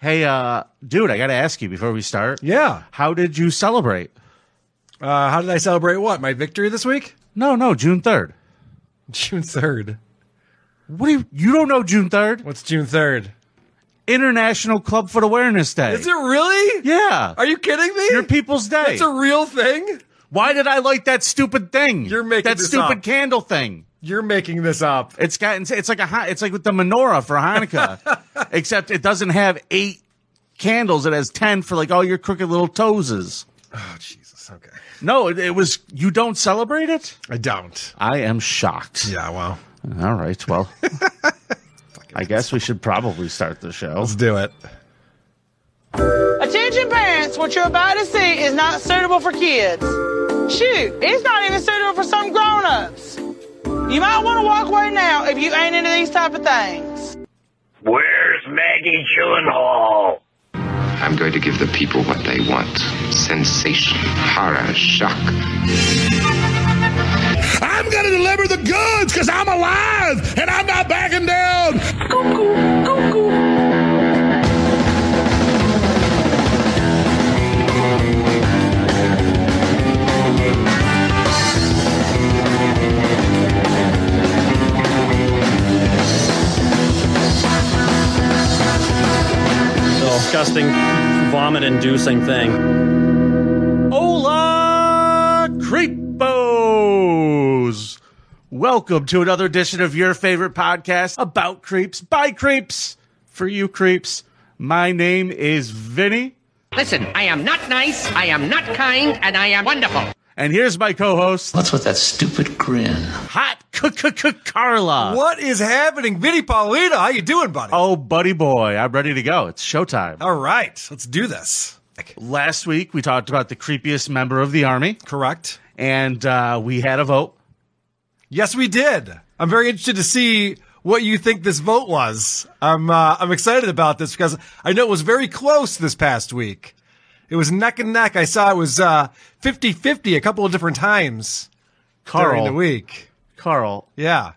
Hey, uh, dude, I got to ask you before we start. Yeah. How did you celebrate? Uh, how did I celebrate what? My victory this week? No, no, June 3rd. June 3rd. What do you, you don't know June 3rd? What's June 3rd? International Clubfoot Awareness Day. Is it really? Yeah. Are you kidding me? Your People's Day. That's a real thing? Why did I like that stupid thing? You're making that this stupid up. candle thing. You're making this up. It's got it's like a Han- it's like with the menorah for Hanukkah, except it doesn't have eight candles. It has ten for like all your crooked little toeses. Oh, Jesus. Okay. No, it, it was you don't celebrate it. I don't. I am shocked. Yeah, well, All right, well, I guess we should probably start the show. let's do it. Attention parents, what you're about to see is not suitable for kids. Shoot, it's not even suitable for some grown-ups. You might want to walk away now if you ain't into these type of things. Where's Maggie Gyllenhaal? I'm going to give the people what they want sensation, horror, shock. I'm going to deliver the goods because I'm alive and I'm not backing down. disgusting, vomit inducing thing. Hola, creepos! Welcome to another edition of your favorite podcast about creeps by creeps for you creeps. My name is Vinny, Listen, I am not nice, I am not kind, and I am wonderful. and here's my co-host, What's with that stupid grin? Hot Carla. What is happening? Vinny Paulina, how you doing, buddy? Uh, Oh, buddy boy, I'm ready to go. It's showtime. All right. Let's do this. Last week we talked about the creepiest member of the army, Correct? and uh, we had a vote. Yes, we did. I'm very interested to see what you think this vote was. I'm uh, I'm excited about this because I know it was very close this past week. It was neck and neck. I saw it was uh, 50-50 a couple of different times during Carl, the week. Carl, Yeah.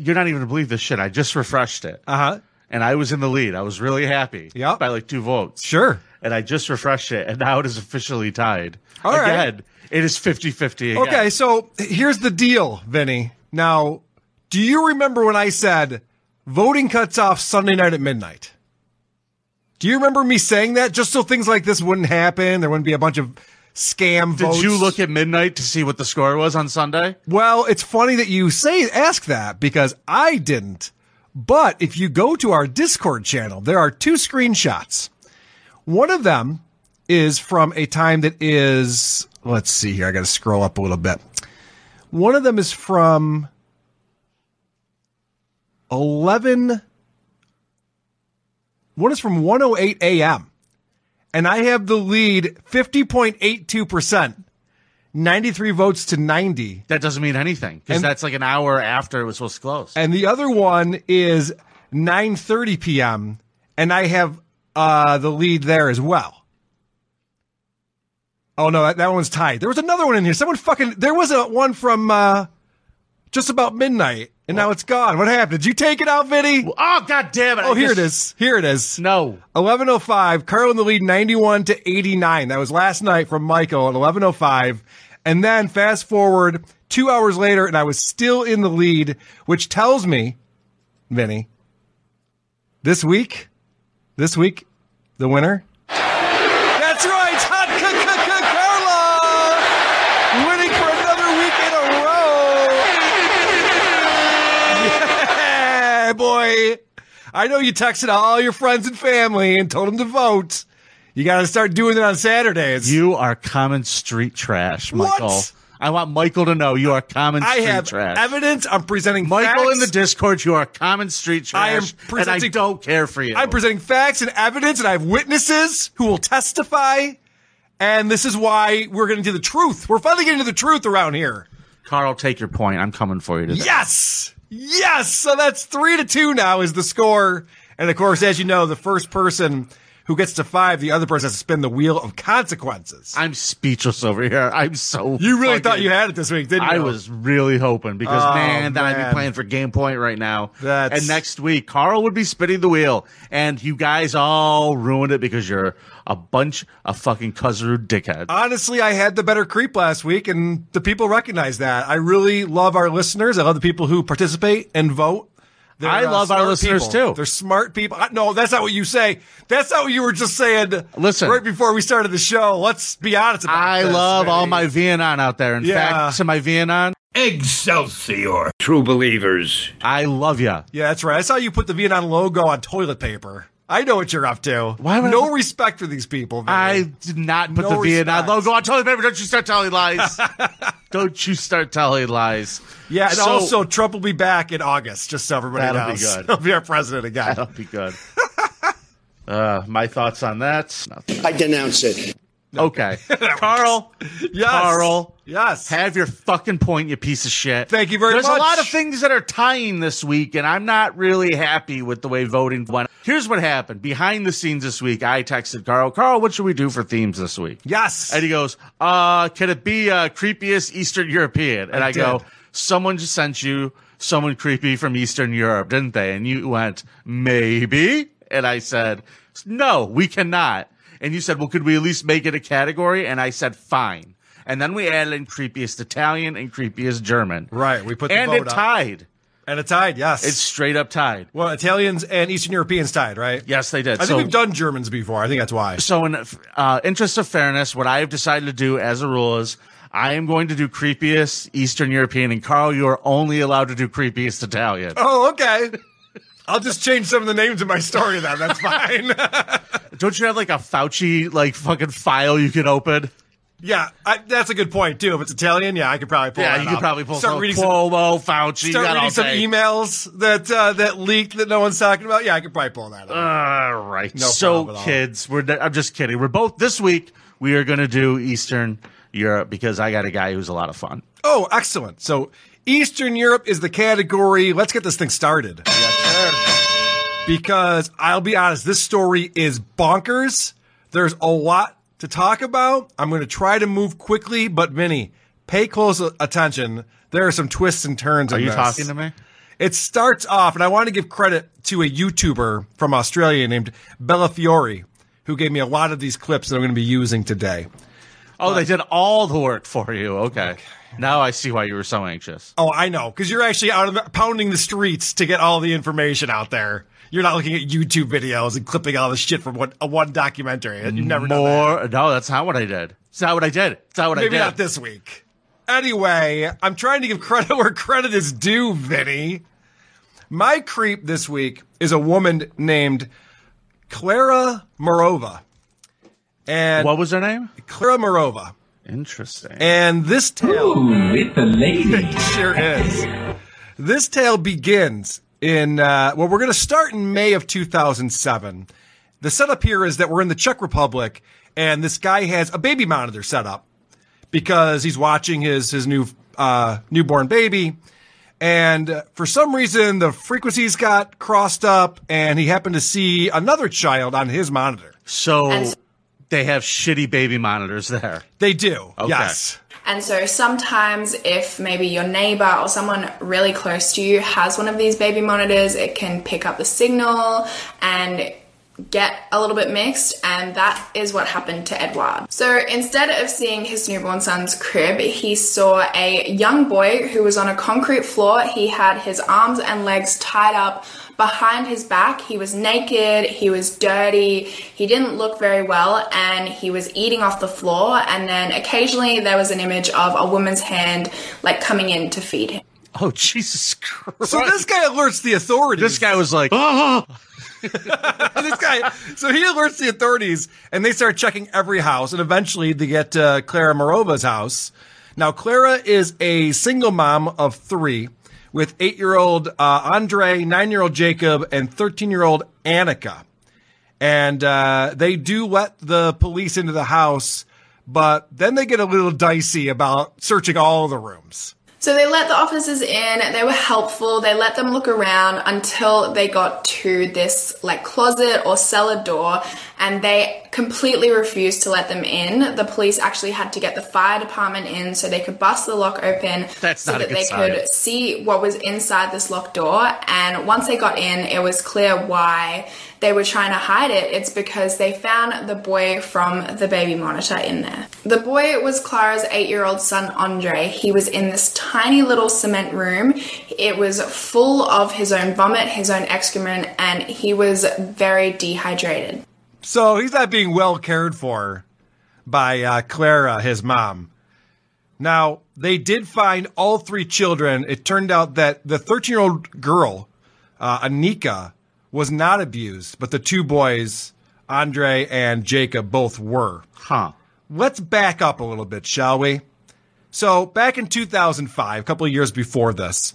you're not even gonna believe this shit. I just refreshed it. Uh huh. and I was in the lead. I was really happy. Yep. By like two votes. Sure. And I just refreshed it and now it is officially tied. All right. again. It is 50-50 again. Okay, so here's the deal, Vinny. Now, do you remember when I said voting cuts off Sunday night at midnight? Do you remember me saying that just so things like this wouldn't happen? There wouldn't be a bunch of scam Did votes. you look at midnight to see what the score was on Sunday? Well, it's funny that you say ask that because I didn't. But if you go to our Discord channel, there are two screenshots. One of them is from a time that is let's see here, I got to scroll up a little bit. One of them is from 11 One oh is from 108 a.m. and I have the lead 50.82%. 93 votes to 90. That doesn't mean anything because And- that's like an hour after it was supposed to close. and the other one is 9:30 p.m. and I have uh, the lead there as well. Oh no, that, that one's tied. There was another one in here. Someone fucking there was a one from uh, just about midnight, and now it's gone. What happened? Did you take it out, Vinny? oh, God damn it. oh, here it is. Here it is. No. 1105 carl in the lead 91 to 89 that was last night from michael at 1105 and then fast forward two hours later and i was still in the lead which tells me vinny this week this week the winner that's right Hot c- c- c- carla winning for another week in a row yeah boy I know you texted all your friends and family and told them to vote. You got to start doing it on Saturdays. You are common street trash, What? Michael. I want Michael to know you are common I street have trash. evidence. I'm presenting Michael facts. in the Discord, you are common street trash. I am and I presenting- don't care for you. I'm presenting facts and evidence, and I have witnesses who will testify. And this is why we're going to do the truth. We're finally getting to the truth around here. Carl, take your point. I'm coming for you today. Yes, yes. So that's three to two now is the score. And of course, as you know, the first person who gets to five, the other person has to spin the wheel of consequences. I'm speechless over here. I'm so. you really fucking- thought you had it this week, didn't you? I was really hoping because Oh, man, that I'd man. be playing for game point right now. That's- And next week, Carl would be spinning the wheel, and you guys all ruined it because you're a bunch of fucking Kuzru dickheads. Honestly, I had the better creep last week, and the people recognize that. I really love our listeners. I love the people who participate and vote. They're, uh, I love our smart listeners, people. too. They're smart people. I- No, that's not what you say. That's not what you were just saying. Listen. right before we started the show. Let's be honest. About I this, love all right? my Vianon out there. In Yeah. fact, to my Vianon, Excelsior. True believers. I love ya. Yeah, that's right. I saw you put the Vietnam logo on toilet paper. I know what you're up to. Why would I- no respect for these people. man. I did not put No the Vietnam respect. logo on toilet paper. Don't you start telling lies. Don't you start telling lies. yeah, and So- also Trump will be back in August. Just so everybody That'll be knows, good. he'll be our president again. that'll be good. Uh, my thoughts on that? Nothing. I denounce it. Okay, Carl. Yes, Carl. Yes. Have your fucking point, you piece of shit. Thank you very There's much. a lot of things that are tying this week, and I'm not really happy with the way voting went. Here's what happened behind the scenes this week. I texted Carl. Carl, what should we do for themes this week? yes. And he goes, uh, can it be uh, creepiest Eastern European? And I, go, did. someone just sent you someone creepy from Eastern Europe, didn't they? And you went, maybe. And I said, no, we cannot. And you said, well, could we at least make it a category? And I said, fine. And then we added in creepiest Italian and creepiest German. Right, we put the and vote it up. tied. and it tied. Yes. It's straight up tied. well, Italians and Eastern Europeans tied, right? Yes, they did. I think So- we've done Germans before. I think that's why. So, in uh, interest of fairness, what I have decided to do as a rule is I am going to do creepiest Eastern European, and Carl, you are only allowed to do creepiest Italian. Oh, okay. I'll just change some of the names in my story then. That's fine. Don't you have like a Fauci like fucking file you can open? yeah, I, that's a good point too. If it's Italian, yeah, I could probably pull. yeah, that you could up. probably pull Start some reading some Cuomo, Fauci. you Start got reading all some day. emails that uh, that leaked that no one's talking about. Yeah, I could probably pull that out. All right. No so, problem at all. kids, we're I'm just kidding. We're both this week. We are going to do Eastern Europe because I got a guy who's a lot of fun. oh, excellent. So Eastern Europe is the category. Let's get this thing started. Because I'll be honest, this story is bonkers. There's a lot to talk about. I'm going to try to move quickly, but Vinny, pay close attention. There are some twists and turns. Are in you this. talking to me? It starts off, and I want to give credit to a YouTuber from Australia named Bella Fiore, who gave me a lot of these clips that I'm going to be using today. Oh, they did all the work for you. Okay. Now I see why you were so anxious. Oh, I know, because you're actually out of, pounding the streets to get all the information out there. You're not looking at YouTube videos and clipping all the shit from one, uh, one documentary. You've never done that. More? No, that's not what I did. It's not what I did. It's not what I Maybe did. not this week. Anyway, I'm trying to give credit where credit is due, Vinny. My creep this week is a woman named Clara Morova. And What was her name? Clara Morova. Interesting. And this tale with the lady. sure is. This tale begins in, uh, well, we're going to start in May of 2007. The setup here is that we're in the Czech Republic and this guy has a baby monitor set up because he's watching his, his new, uh, newborn baby. And uh, for some reason, the frequencies got crossed up and he happened to see another child on his monitor. so they have shitty baby monitors there. They do. Okay. Yes. And so sometimes, if maybe your neighbor or someone really close to you has one of these baby monitors, it can pick up the signal and get a little bit mixed, and that is what happened to Edward. So instead of seeing his newborn son's crib, he saw a young boy who was on a concrete floor. He had his arms and legs tied up behind his back. He was naked, he was dirty, he didn't look very well, and he was eating off the floor. And then occasionally there was an image of a woman's hand like coming in to feed him. Oh, Jesus Christ. So this guy alerts the authorities. This guy was like, oh, this guy. So he alerts the authorities, and they start checking every house, and eventually they get to Clara Morova's house. Now, Clara is a single mom of three, with eight-year-old uh, Andre, nine-year-old Jacob, and thirteen-year-old Annika. And uh, they do let the police into the house, but then they get a little dicey about searching all the rooms. So they let the officers in, they were helpful, they let them look around until they got to this like closet or cellar door and they completely refused to let them in. The police actually had to get the fire department in so they could bust the lock open That's so not a that good they sign. could see what was inside this locked door. And once they got in, it was clear why they were trying to hide it. It's because they found the boy from the baby monitor in there. The boy was Clara's eight year old son, Andre. He was in this tiny little cement room. It was full of his own vomit, his own excrement, and he was very dehydrated. So he's not being well cared for by uh, Clara, his mom. Now, they did find all three children. It turned out that the 13 year old girl, uh, Anika, was not abused, but the two boys, Andre and Jacob, both were. Huh. Let's back up a little bit, shall we? So, back in 2005, a couple of years before this,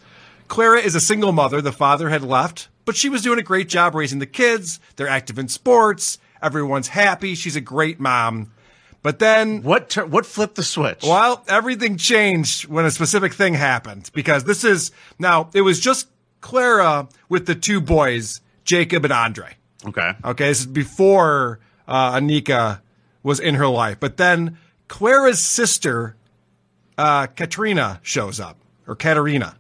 Clara is a single mother. The father had left, but she was doing a great job raising the kids. They're active in sports. Everyone's happy. She's a great mom. But then What tur what flipped the switch? well, everything changed when a specific thing happened because this is now it was just Clara with the two boys, Jacob and Andre. Okay. Okay, this is before uh, Anika was in her life, but then Clara's sister, uh, Katrina, shows up or Katerina.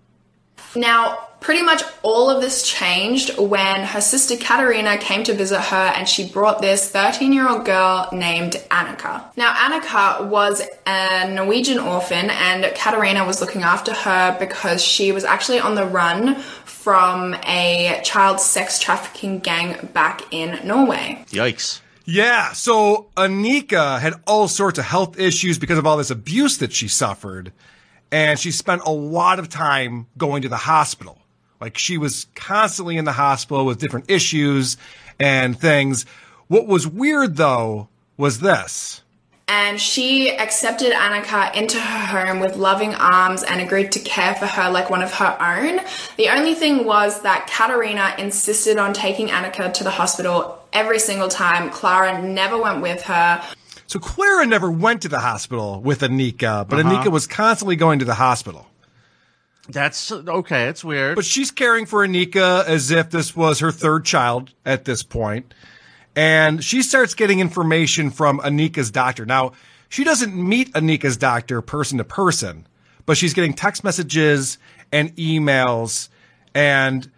Now, pretty much all of this changed when her sister Katerina came to visit her and she brought this 13 year old girl named Annika. Now, Annika was a Norwegian orphan and Katerina was looking after her because she was actually on the run from a child sex trafficking gang back in Norway. Yikes. Yeah, so Anika had all sorts of health issues because of all this abuse that she suffered. And she spent a lot of time going to the hospital. Like she was constantly in the hospital with different issues and things. What was weird though was this. and she accepted Annika into her home with loving arms and agreed to care for her like one of her own. The only thing was that Katerina insisted on taking Annika to the hospital every single time. Clara never went with her. So Clara never went to the hospital with Anika, but Anika was constantly going to the hospital. That's okay. It's weird. But she's caring for Anika as if this was her third child at this point. And she starts getting information from Anika's doctor. Now, she doesn't meet Anika's doctor person to person, but she's getting text messages and emails. And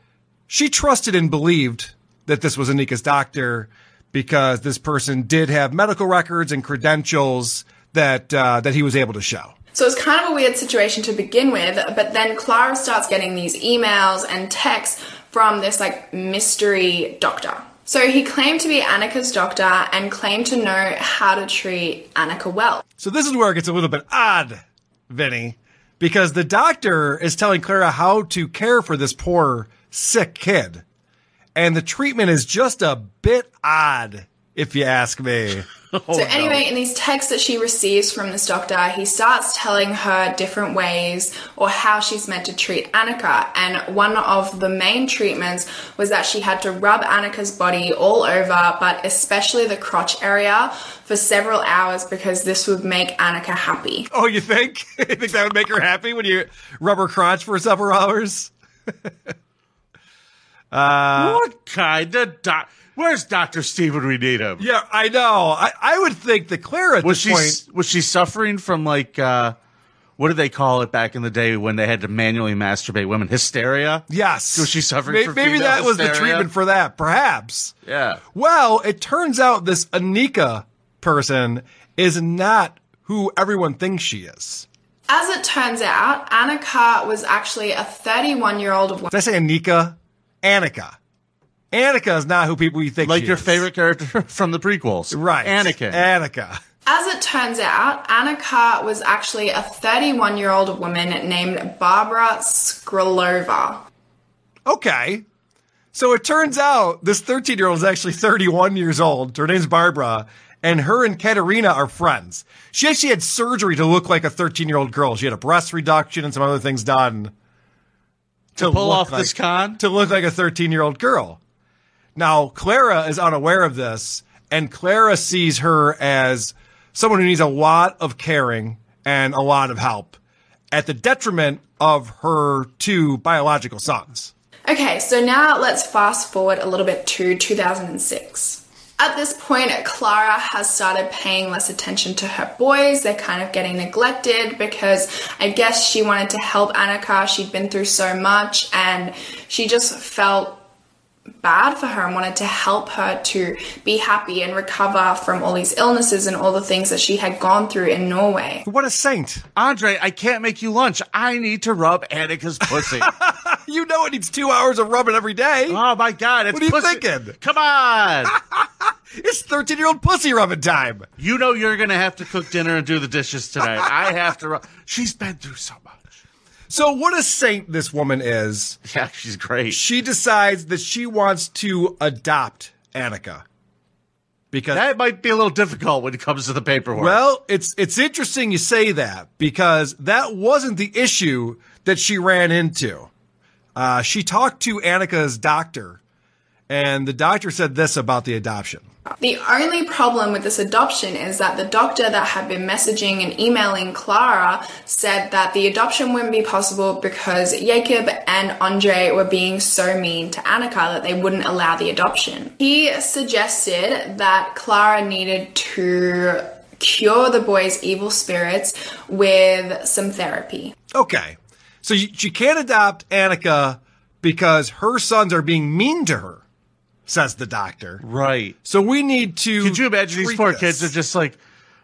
she trusted and believed that this was Anika's doctor because this person did have medical records and credentials that uh, that he was able to show. So it's kind of a weird situation to begin with, but then Clara starts getting these emails and texts from this like mystery doctor. So he claimed to be Annika's doctor and claimed to know how to treat Annika well. So this is where it gets a little bit odd, Vinny, because the doctor is telling Clara how to care for this poor sick kid. And the treatment is just a bit odd, if you ask me. So anyway, in these texts that she receives from this doctor, he starts telling her different ways or how she's meant to treat Annika. And one of the main treatments was that she had to rub Annika's body all over, but especially the crotch area for several hours because this would make Annika happy. Oh, you think? you think that would make her happy when you rub her crotch for several hours? what kind of doc? Where's Doctor Steve when we need him? Yeah, I know. I, I would think that Clara at Was this she point. s- was she suffering from like uh, what did they call it back in the day when they had to manually masturbate women? Hysteria. Yes. Was she suffering May- from Maybe female that was the hysteria? treatment for that, perhaps. Yeah. Well, it turns out this Anika person is not who everyone thinks she is. As it turns out, Annika was actually a 31 year old woman. Did I say Anika? Anika. Annika is not who people you think Like she your is. favorite character from the prequels, Right. Anakin. Anika. As it turns out, Annika was actually a 31 year old woman named Barbara Skrilova. Okay. So it turns out this 13 year old is actually 31 years old. Her name's Barbara, and her and Katerina are friends. She actually had surgery to look like a 13 year old girl. She had a breast reduction and some other things done to, Pull look off this like- con. to look like a 13 year old girl. Now, Clara is unaware of this, and Clara sees her as someone who needs a lot of caring and a lot of help. at the detriment of her two biological sons. Okay, so now let's fast forward a little bit to 2006. At this point, Clara has started paying less attention to her boys. They're kind of getting neglected because I guess she wanted to help Annika. She'd been through so much and she just felt bad for her and wanted to help her to be happy and recover from all these illnesses and all the things that she had gone through in Norway. What a saint. Andre, I can't make you lunch. I need to rub Annika's pussy. You know it needs two hours of rubbing every day. oh my god, it's What are you pussy- thinking? Come on. It's 13 year old pussy rubbing time. you know you're gonna have to cook dinner and do the dishes tonight. I have to. Ru- She's been through so much. So, what a saint this woman is. Yeah, she's great. She decides that she wants to adopt Annika. Because That might be a little difficult when it comes to the paperwork. Well, it's it's interesting you say that because that wasn't the issue that she ran into. Uh, she talked to Annika's doctor, and the doctor said this about the adoption. The only problem with this adoption is that the doctor that had been messaging and emailing Clara said that the adoption wouldn't be possible because Jacob and Andre were being so mean to Annika that they wouldn't allow the adoption. He suggested that Clara needed to cure the boy's evil spirits with some therapy. Okay, so you, she can't adopt Annika because her sons are being mean to her, says the doctor. right. So we need to. Could you imagine these treat poor this. kids are just like,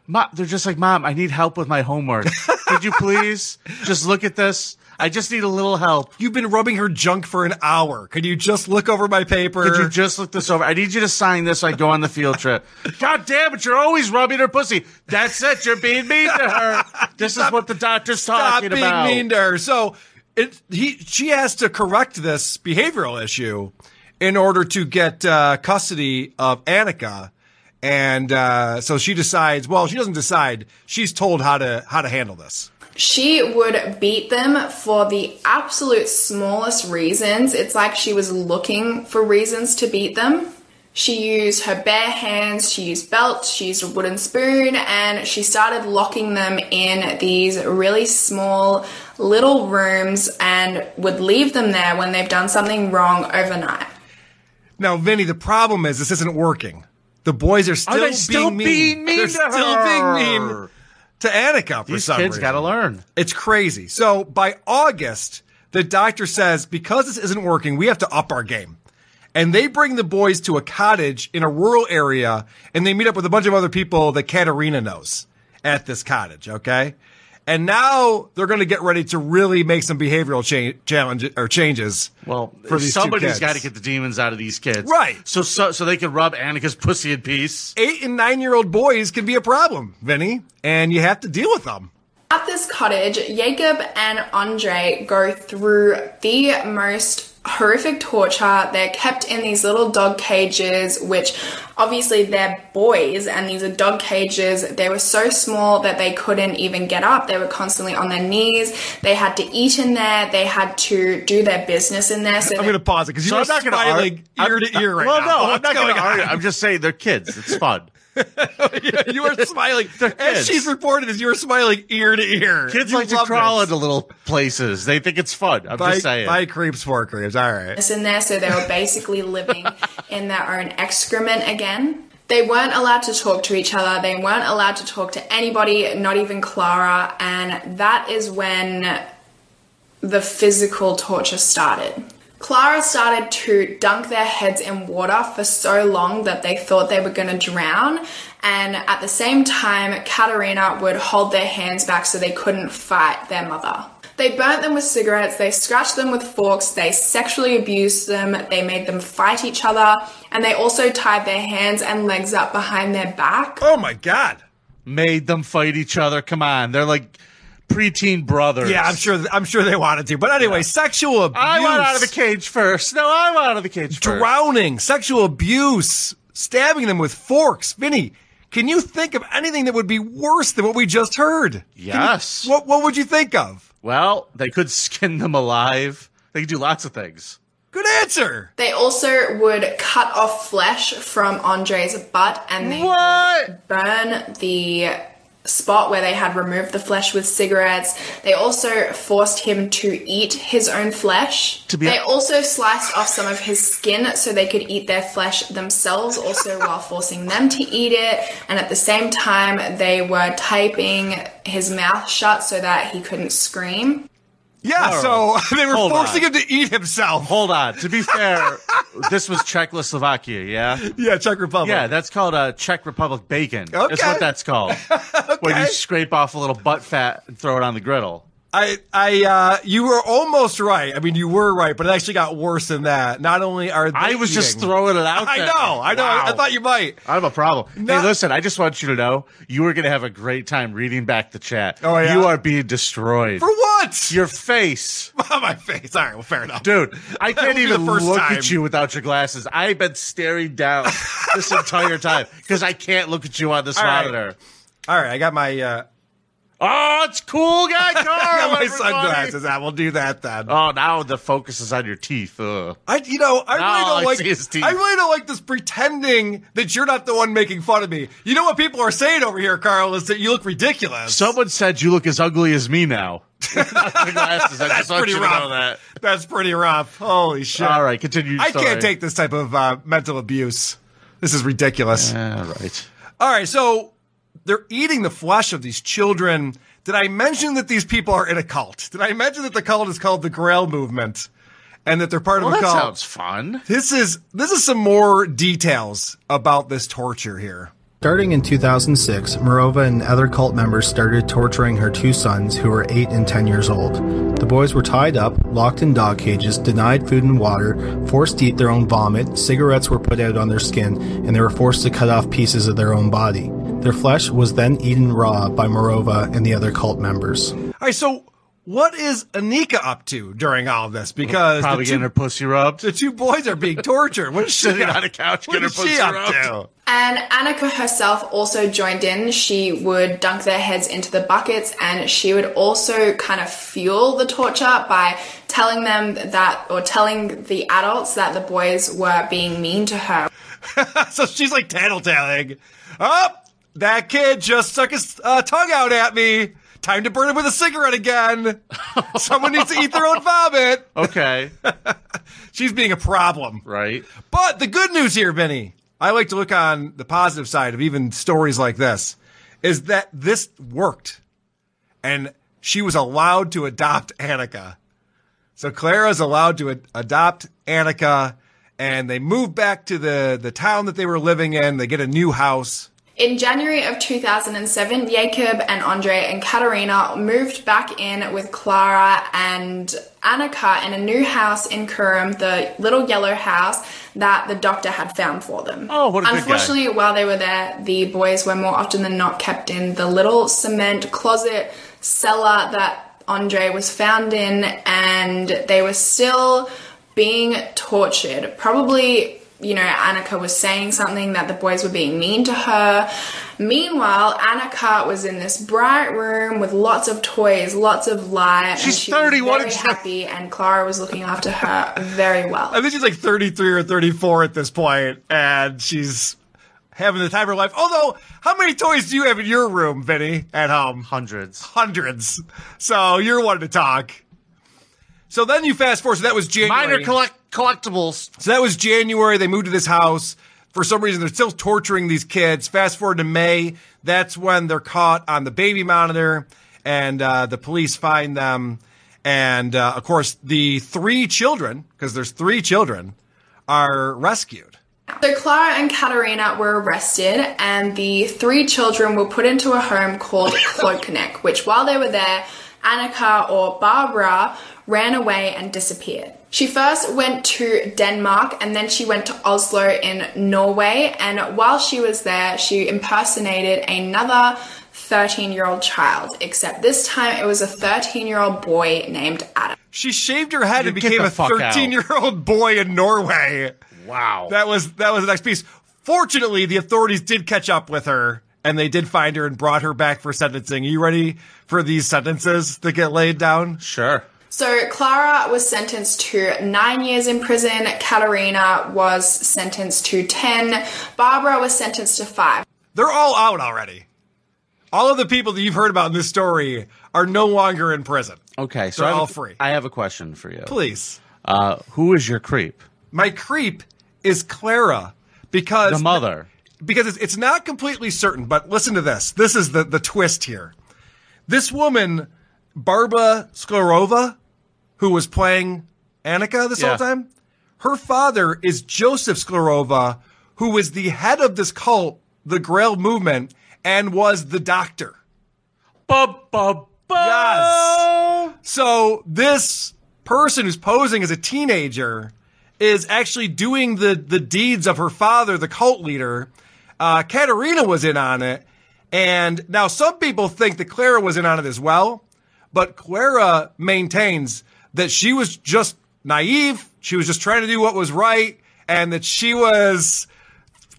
Mom, they're just like, Mom, I need help with my homework. Could you please just look at this? I just need a little help. You've been rubbing her junk for an hour. Could you just look over my paper? Could you just look this over? I need you to sign this so I go on the field trip. God damn it, you're always rubbing her pussy. That's it, you're being mean to her. This is what the doctor's stop talking being about. mean to her. So it, he she has to correct this behavioral issue in order to get uh, custody of Annika, and uh, so she decides. Well, she doesn't decide. She's told how to how to handle this. She would beat them for the absolute smallest reasons. It's like she was looking for reasons to beat them. She used her bare hands, she used belts, she used a wooden spoon, and she started locking them in these really small little rooms and would leave them there when they've done something wrong overnight. Now, Vinny, the problem is this isn't working. The boys are still, Are they still being mean. being mean They're to still her? being mean to Annika for These some kids reason. got to learn. It's crazy. So by August, the doctor says, because this isn't working, we have to up our game. And they bring the boys to a cottage in a rural area and they meet up with a bunch of other people that Katerina knows at this cottage. Okay. And now they're going to get ready to really make some behavioral cha- challenge or changes. Well, for these two somebody's kids. got to get the demons out of these kids, Right. So, so, so they can rub Annika's pussy in peace. eight and nine year old boys can be a problem, Vinny, and you have to deal with them. At this cottage, Jacob and Andre go through the most horrific torture. They're kept in these little dog cages, which obviously they're boys, and these are dog cages. They were so small that they couldn't even get up. They were constantly on their knees. They had to eat in there. They had to do their business in there. So I'm they- going to pause it because So you're I'm not going to smiling ear to ear right well, now. no, I'm What's not going to going on? argue. I'm just saying they're kids. It's fun. you are smiling. As kids. she's reported, as you are smiling ear to ear. Kids You like to love crawl this. into little places. They think it's fun. I'm By, just saying. by creeps for creeps. All right. in there, so they were basically living in their own excrement again. They weren't allowed to talk to each other, they weren't allowed to talk to anybody, not even Clara, and that is when the physical torture started. Clara started to dunk their heads in water for so long that they thought they were going to drown, and at the same time, Katerina would hold their hands back so they couldn't fight their mother. They burnt them with cigarettes, they scratched them with forks, they sexually abused them, they made them fight each other, and they also tied their hands and legs up behind their back. Oh my god. Made them fight each other. Come on, they're like preteen brothers. Yeah, I'm sure. I'm sure they wanted to. But anyway, sexual abuse. I want out of the cage first. No, I want out of the cage first. Drowning, sexual abuse, stabbing them with forks. Vinny, can you think of anything that would be worse than what we just heard? Yes. What What would you think of? well, they could skin them alive. They could do lots of things. Good answer. They also would cut off flesh from Andre's butt and they What? burn the spot where they had removed the flesh with cigarettes. They also forced him to eat his own flesh. To be- they also sliced off some of his skin so they could eat their flesh themselves, also while forcing them to eat it. And at the same time, they were typing his mouth shut so that he couldn't scream. Yeah, so they were Hold forcing on. him to eat himself. Hold on. To be fair, this was Czechoslovakia, yeah? Yeah, Czech Republic. Yeah, that's called uh, Czech Republic bacon. That's Okay. what that's called. When you scrape off a little butt fat and throw it on the griddle. I, I, uh, you were almost right. I mean, you were right, but it actually got worse than that. Not only are they I was just eating- throwing it out I there. know, I know. I- I Wow. thought you might. I have a problem. No. Hey, listen, I just want you to know you were going to have a great time reading back the chat. Oh, yeah? You are being destroyed. For what? Your face. my face. All right, well, fair enough. Dude, I That would can't be even the first look time. at you without your glasses. I've been staring down this entire time because I can't look at you on this All right. monitor. All right, I got my, uh, Oh, it's cool guy Carl. I got my everybody. sunglasses. I will do that then. Oh, now the focus is on your teeth. Ugh. I, you know, I Now really don't I like. see his teeth. I really don't like this pretending that you're not the one making fun of me. You know what people are saying over here, Carl, is that you look ridiculous. Someone said you look as ugly as me now. Without the glasses. I just that's want pretty you to rough. know that. That's pretty rough. Holy shit! All right, continue. your I story. can't take this type of uh, mental abuse. This is ridiculous. All right. All right, so they're eating the flesh of these children. Did I mention that these people are in a cult? Did I mention that the cult is called the Grail Movement, and that they're part Well, of a that cult? sounds fun. This is this is some more details about this torture here. Starting in 2006, Morova and other cult members started torturing her two sons, who were 8 and 10 years old. The boys were tied up, locked in dog cages, denied food and water, forced to eat their own vomit, cigarettes were put out on their skin, and they were forced to cut off pieces of their own body. Their flesh was then eaten raw by Morova and the other cult members. All right, so what is Anika up to during all this? Because Probably the, getting her two, pussy rubbed. the two boys are being tortured. What is she Sitting up- on a couch, What getting her is she pussy up rubbed. to? And Annika herself also joined in. She would dunk their heads into the buckets and she would also kind of fuel the torture by telling them that, or telling the adults that the boys were being mean to her. So she's like tattletaling. Oh, that kid just stuck his uh, tongue out at me. Time to burn him with a cigarette again. Someone needs to eat their own vomit. Oh. Okay. She's being a problem. Right. But the good news here, Vinny, I like to look on the positive side of even stories like this, is that this worked. And she was allowed to adopt Annika. So Clara's allowed to ad- adopt Annika, and they move back to the, the town that they were living in. They get a new house. In January of 2007, Jacob and Andre and Katerina moved back in with Clara and Annika in a new house in Kurum, the little yellow house that the doctor had found for them. Oh, what a good guy. Unfortunately, while they were there, the boys were more often than not kept in the little cement closet cellar that Andre was found in, and they were still being tortured. Probably, you know, Annika was saying something that the boys were being mean to her. Meanwhile, Annika was in this bright room with lots of toys, lots of light. She's and she 31 was and very she's- happy, and Clara was looking after her very well. I think she's like 33 or 34 at this point, and she's having the time of her life. Although, how many toys do you have in your room, Vinny, at home? Hundreds. hundreds. So you're one to talk. So then you fast forward. So that was January. Minor collect- collectibles. so that was January. They moved to this house. For some reason, they're still torturing these kids. Fast forward to May. That's when they're caught on the baby monitor, and uh, the police find them. And uh, of course, the three children, because there's three children, are rescued. So Clara and Katerina were arrested, and the three children were put into a home called Cloakneck, which while they were there, Annika or Barbara ran away and disappeared. She first went to Denmark and then she went to Oslo in Norway. And while she was there, she impersonated another 13 year old child, except this time it was a 13 year old boy named Adam. She shaved her head and Get became the a fuck out. 13 year old boy in Norway. Wow. That was that was the next piece. Fortunately, the authorities did catch up with her and they did find her and brought her back for sentencing. Are you ready for these sentences that get laid down? sure. So Clara was sentenced to nine years in prison. Katerina was sentenced to ten. Barbara was sentenced to five. They're all out already. All of the people that you've heard about in this story are no longer in prison. Okay, so They're I have, all a- free. I have a question for you. Please. Uh, who is your creep? My creep is Clara because The mother. because it's, it's not completely certain, but listen to this. This is the, the twist here. This woman, Barba Sklarova, who was playing Annika this Yeah. whole time, her father is Joseph Sklarova, who was the head of this cult, the Grail movement, and was the doctor. Ba, ba, ba. So this person who's posing as a teenager is actually doing the the deeds of her father, the cult leader. Uh, Katerina was in on it, and now some people think that Clara was in on it as well, but Clara maintains that she was just naive. She was just trying to do what was right, and that she was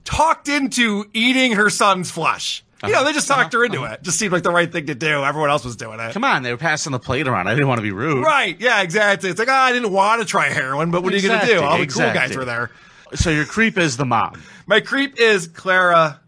talked into eating her son's flesh. You know, they just talked her into it. Just seemed like the right thing to do. Everyone else was doing it. Come on, they were passing the plate around. I didn't want to be rude. Right. Yeah, exactly. It's like, ah, I didn't want to try heroin, but what are you going to Exactly, do? All the exactly. cool guys were there. So your creep is the mom. My creep is Clara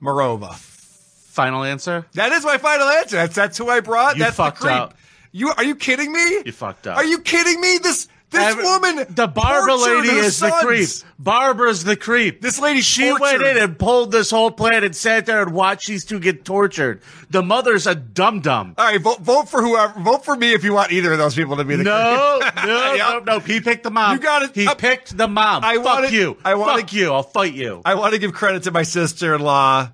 Morova. Final answer? That is my final answer. That's that's who I brought. You that's fucked the creep. up. You are you kidding me? You fucked up. Are you kidding me? This this Every- woman The Barbara tortured lady her is sons. the creep. Barbara's the creep. This lady she tortured. went in and pulled this whole plan and sat there and watched these two get tortured. The mother's a dum dum. All right, vote vote for whoever vote for me if you want either of those people to be the creep. No, no, Yep. no, no. He picked the mom. You got it. He I- picked the mom. I Fuck wanted- you. I wanted- Fuck you. I'll fight you. I want to give credit to my sister in law,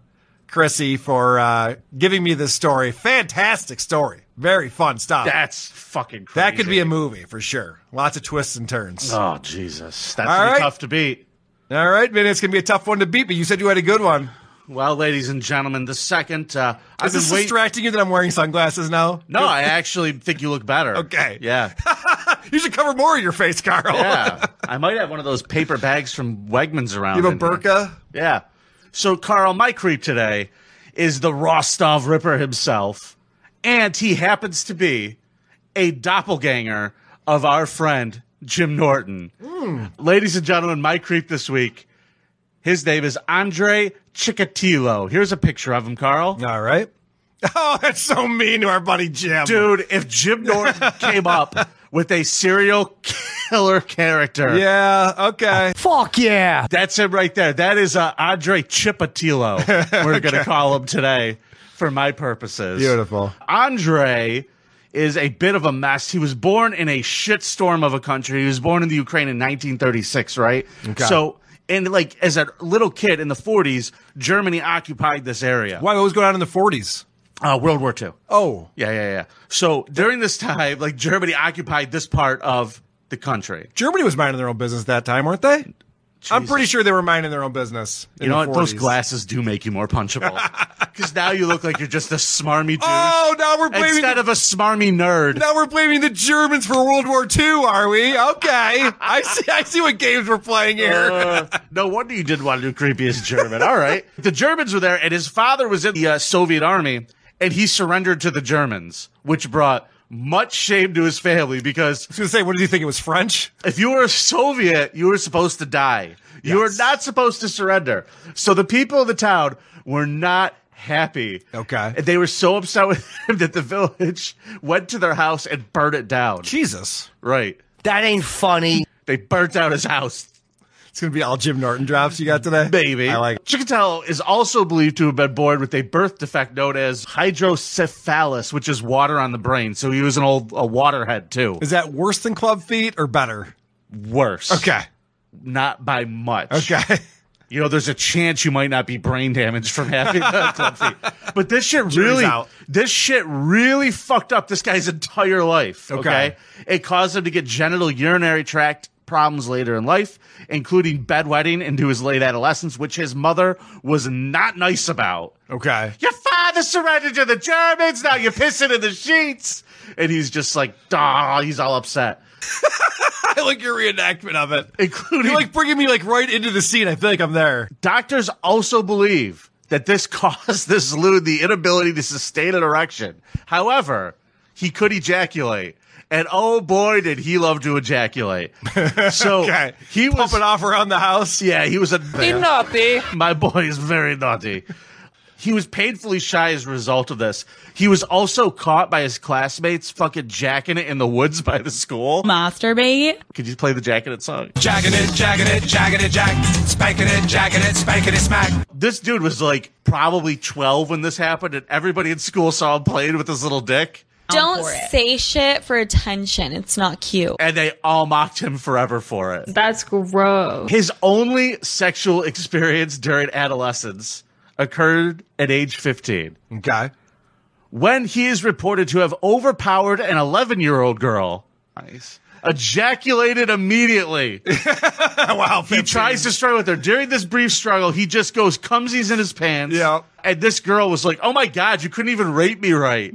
Chrissy, for uh, giving me this story. Fantastic story. Very fun stuff. That's fucking crazy. that could be a movie for sure. Lots of twists and turns. Oh, Jesus. That's All gonna be right. tough to beat. All right, man, it's going to be a tough one to beat, but you said you had a good one. Well, ladies and gentlemen, the second uh, I've Is this been waiting. distracting you that I'm wearing sunglasses now? no, I actually think you look better. Okay. Yeah. You should cover more of your face, Carl. Yeah. I might have one of those paper bags from Wegmans around. you have a in there. burqa? Yeah. So, Carl, my creep today is the Rostov Ripper himself, and he happens to be a doppelganger of our friend Jim Norton. Ladies and gentlemen, my creep this week, his name is Andre Chikatilo. Here's a picture of him, Carl. All right. Oh, that's so mean to our buddy Jim. Dude, if Jim Norton came up with a serial killer character, Yeah, okay. That's him right there. That is uh, Andre Chipatillo. We're going to call him today for my purposes. Beautiful. Andre is a bit of a mess. He was born in a shitstorm of a country. He was born in the Ukraine in 1936, right? Okay. So, and like as a little kid in the 40s, Germany occupied this area. Why, what was going on in the 40s? Uh, World War II. Oh, Yeah, yeah, yeah. So during this time, like Germany occupied this part of the country. Germany was minding their own business that time, weren't they? I'm pretty sure they were minding their own business. in You know the what? Those 40s. glasses do make you more punchable. Because now you look like you're just a smarmy dude Oh, now we're blaming instead the, of a smarmy nerd. now we're blaming the Germans for World War II, are we? Okay, I see. I see what games we're playing here. Uh, no wonder you didn't want to do creepiest German. All right. The Germans were there, and his father was in the uh, Soviet army, and he surrendered to the Germans, which brought much shame to his family because I was gonna say, what did you think? It was French. if you were a Soviet, you were supposed to die. You were Yes. not supposed to surrender. So the people of the town were not happy. Okay. And they were so upset with him that the village went to their house and burned it down. Jesus, Right. That ain't funny. They burnt out his house. it's gonna be all Jim Norton drops you got today, Baby. I like. It. Chikatilo is also believed to have been born with a birth defect known as hydrocephalus, which is water on the brain. So he was an old a waterhead too. Is that worse than club feet or better? Worse. Okay, Not by much. okay. you know, there's a chance you might not be brain damaged from having a club feet. But this shit Jury's really, out. this shit really fucked up this guy's entire life. Okay. Okay. It caused him to get genital urinary tract problems later in life, including bedwetting into his late adolescence, which his mother was not nice about. Okay. Your father surrendered to the Germans. Now you're pissing in the sheets. And he's just like, "Duh," he's all upset, I like your reenactment of it. including You're like bringing me like right into the scene. I feel like I'm there. Doctors also believe that this caused this lewd the inability to sustain an erection. However, he could ejaculate. And oh boy, did he love to ejaculate. So Okay. he was Pumping off around the house. yeah, he was a Naughty. my boy is very naughty. He was painfully shy as a result of this. He was also caught by his classmates fucking jacking it in the woods by the school. Masturbate. Could you play the jacking it song? Jacking it, jacking it, jacking it, jack. Spanking it, jacking it, spanking it, smack. This dude was like probably 12 when this happened, and everybody in school saw him playing with his little dick. Don't say shit for attention. It's not cute. And they all mocked him forever for it. That's gross. His only sexual experience during adolescence occurred at age 15. Okay. When he is reported to have overpowered an 11 year old girl. Nice. Ejaculated immediately. wow. He tries to struggle with her. During this brief struggle, he just goes cumsies in his pants. Yeah. And this girl was like, Oh my God, you couldn't even rape me right.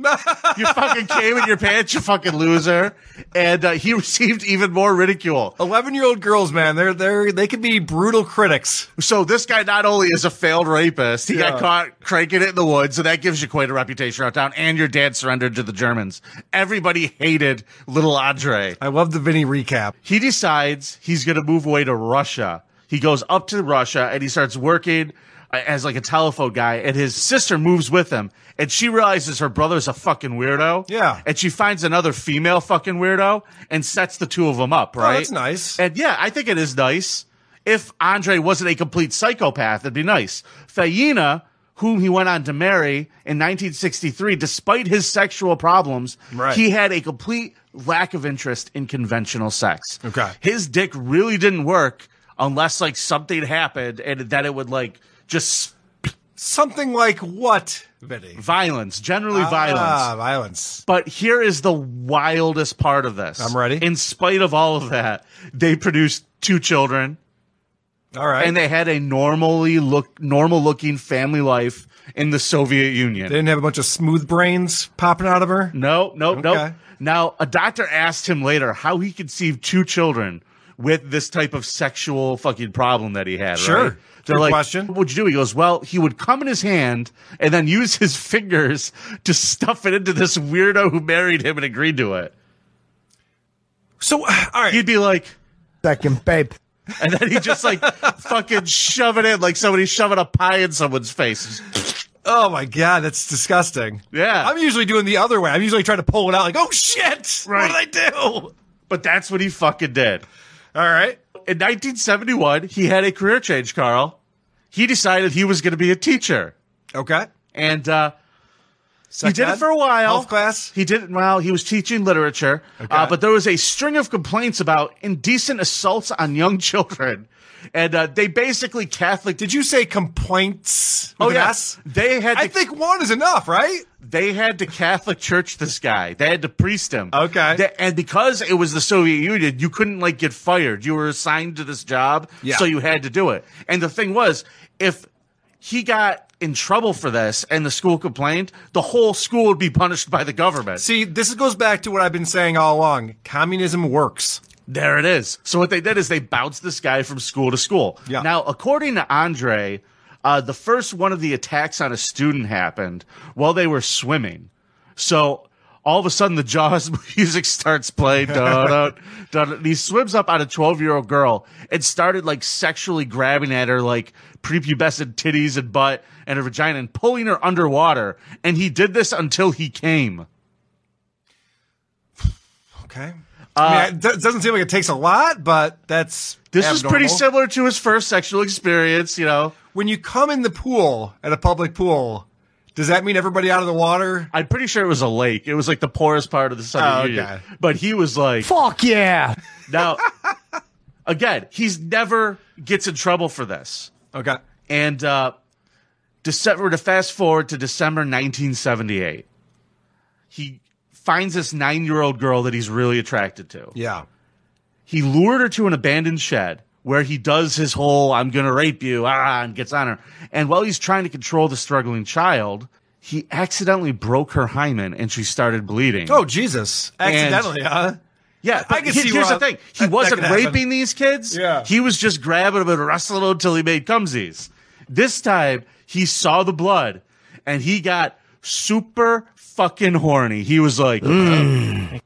you fucking came in your pants, you fucking loser. And uh, he received even more ridicule. 11 year old girls, man, they're, they're, they can be brutal critics. So this guy not only is a failed rapist, he Yeah. got caught cranking it in the woods, so that gives you quite a reputation out town. And your dad surrendered to the Germans. Everybody hated little Andre. I love the Vinny recap. He decides he's going to move away to Russia. He goes up to Russia and he starts working uh, as like a telephone guy. And his sister moves with him, and she realizes her brother's a fucking weirdo. Yeah. and she finds another female fucking weirdo and sets the two of them up. Right, Oh, that's nice. And yeah, I think it is nice. If Andre wasn't a complete psychopath, it'd be nice. Fayina, whom he went on to marry in 1963, despite his sexual problems, Right. he had a complete lack of interest in conventional sex. Okay. His dick really didn't work unless like something happened and that it would like just Something like what, Vinny? violence, generally Ah, violence. violence. But here is the wildest part of this. I'm ready. In spite of all of that, they produced two children. All right. and they had a normally look normal looking family life in the Soviet Union. They didn't have a bunch of smooth brains popping out of her. no, no, Okay. no. Now, a doctor asked him later how he conceived two children with this type of sexual fucking problem that he had. Sure. right? They're Good like, question. what would you do? He goes, well, he would come in his hand and then use his fingers to stuff it into this weirdo who married him and agreed to it. So, all right. He'd be like, Second, babe. and then he just like fucking shove it in like somebody shoving a pie in someone's face. oh my god, that's disgusting. Yeah. I'm usually doing the other way. I'm usually trying to pull it out, like, oh shit, what Right. did I do? All But that's what he fucking did. right. In 1971, he had a career change, Carl. He decided he was going to be a teacher. Okay. And uh, he Suck did that. it for a while. Health class? He did it while he was teaching literature. Uh, but there was a string of complaints about indecent assaults on young children. And uh, they basically Catholic. Did you say complaints? Oh with an yes, S? they had. To, I think one is enough, right? they had to Catholic Church this guy. They had to priest him. Okay. They- and because it was the Soviet Union, you couldn't like get fired. You were assigned to this job, Yeah. so you had to do it. And the thing was, if he got in trouble for this and the school complained, the whole school would be punished by the government. See, this goes back to what I've been saying all along. Communism works. There it is. So what they did is they bounced this guy from school to school. Yeah. Now, according to Andre, uh, the first one of the attacks on a student happened while they were swimming. So all of a sudden, the Jaws music starts playing. Dun, dun, dun, dun. And he swims up on a 12 year old girl and started like sexually grabbing at her, like prepubescent titties and butt and her vagina and pulling her underwater. And he did this until he came. Okay. I mean, it do- doesn't seem like it takes a lot, but that's Uh, This is pretty abnormal. similar to his first sexual experience, you know. When you come in the pool at a public pool, does that mean everybody out of the water? I'm pretty sure it was a lake. It was like the poorest part of the Soviet Oh, okay. Union. But he was like, Fuck yeah. now, again, he's never gets in trouble for this. Okay. And uh, December to fast forward to December 1978, he finds this nine year old girl that he's really attracted to. Yeah. He lured her to an abandoned shed where he does his whole "I'm gonna rape you" ah, and gets on her. And while he's trying to control the struggling child, he accidentally broke her hymen and she started bleeding. Oh Jesus! Accidentally, huh? Yeah, I but can he- see Here's why the thing: that- he that wasn't could happen. raping these kids. Yeah. he was just grabbing them and wrestling them until he made cumsies. This time, he saw the blood, and he got super fucking horny. He was like, and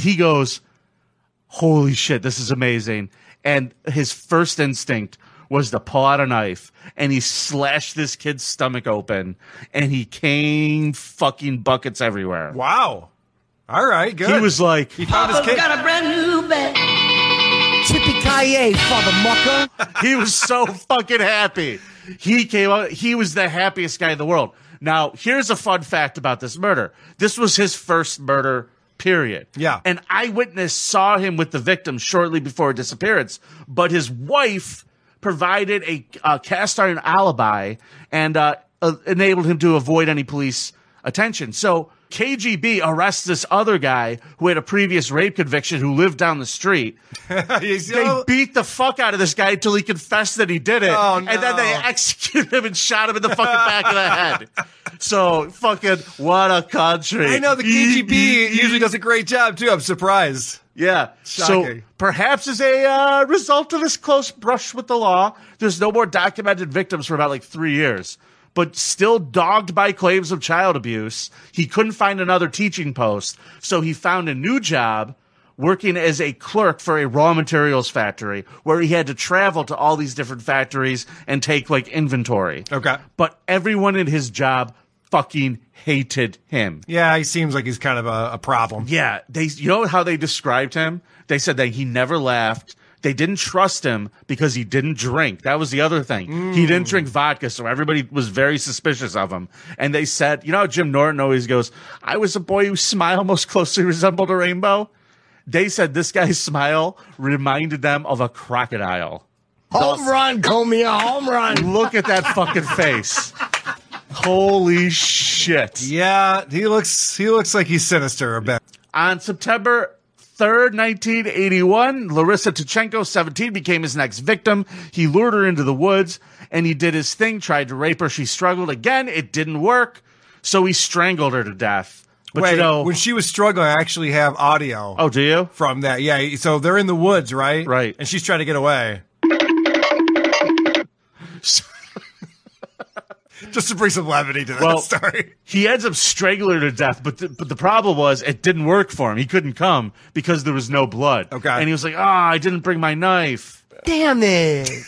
he goes, "Holy shit, this is amazing!" And his first instinct was to pull out a knife and he slashed this kid's stomach open and he came fucking buckets everywhere. Wow. All right, good. He was like, he found his kid. got a brand new bed. Tippy Kaye, father mucker. he was so fucking happy. He came out, he was the happiest guy in the world. Now, here's a fun fact about this murder. This was his first murder, period. Yeah. An eyewitness saw him with the victim shortly before her disappearance, but his wife provided a, uh cast iron alibi and uh, uh, enabled him to avoid any police attention. So KGB arrests this other guy who had a previous rape conviction who lived down the street. He's- They beat the fuck out of this guy until he confessed that he did it. Oh, And then they no. executed him and shot him in the fucking back of the head. So fucking what a country. I know the KGB usually does a great job too. I'm surprised. Yeah. Shocking. So perhaps as a uh, result of this close brush with the law, there's no more documented victims for about like three years. But still dogged by claims of child abuse, he couldn't find another teaching post. So he found a new job working as a clerk for a raw materials factory where he had to travel to all these different factories and take like inventory. Okay. But everyone in his job fucking hated him. Yeah, he seems like he's kind of a, a problem. Yeah, they. You know how they described him? They said that he never laughed. They didn't trust him because he didn't drink. That was the other thing. He didn't drink vodka, so everybody was very suspicious of him. And they said, you know, how Jim Norton always goes, "I was a boy whose smile most closely resembled a rainbow." They said this guy's smile reminded them of a crocodile. Home run, Comey, a home run. Look at that fucking face. Holy shit. Yeah, he looks he looks like he's sinister a bit. On September 3rd, 1981, Larissa Tuchenko, 17, became his next victim. He lured her into the woods and he did his thing, tried to rape her. She struggled again. It didn't work. So he strangled her to death. But Wait, you know, when she was struggling, I actually have audio oh, do you? from that. Yeah, so they're in the woods, right? Right. And she's trying to get away. Just to bring some levity to that Well, story. He ends up strangling her to death, but the, but the problem was it didn't work for him. He couldn't come because there was no blood. Okay. And he was like, ah, I didn't bring my knife. Damn it.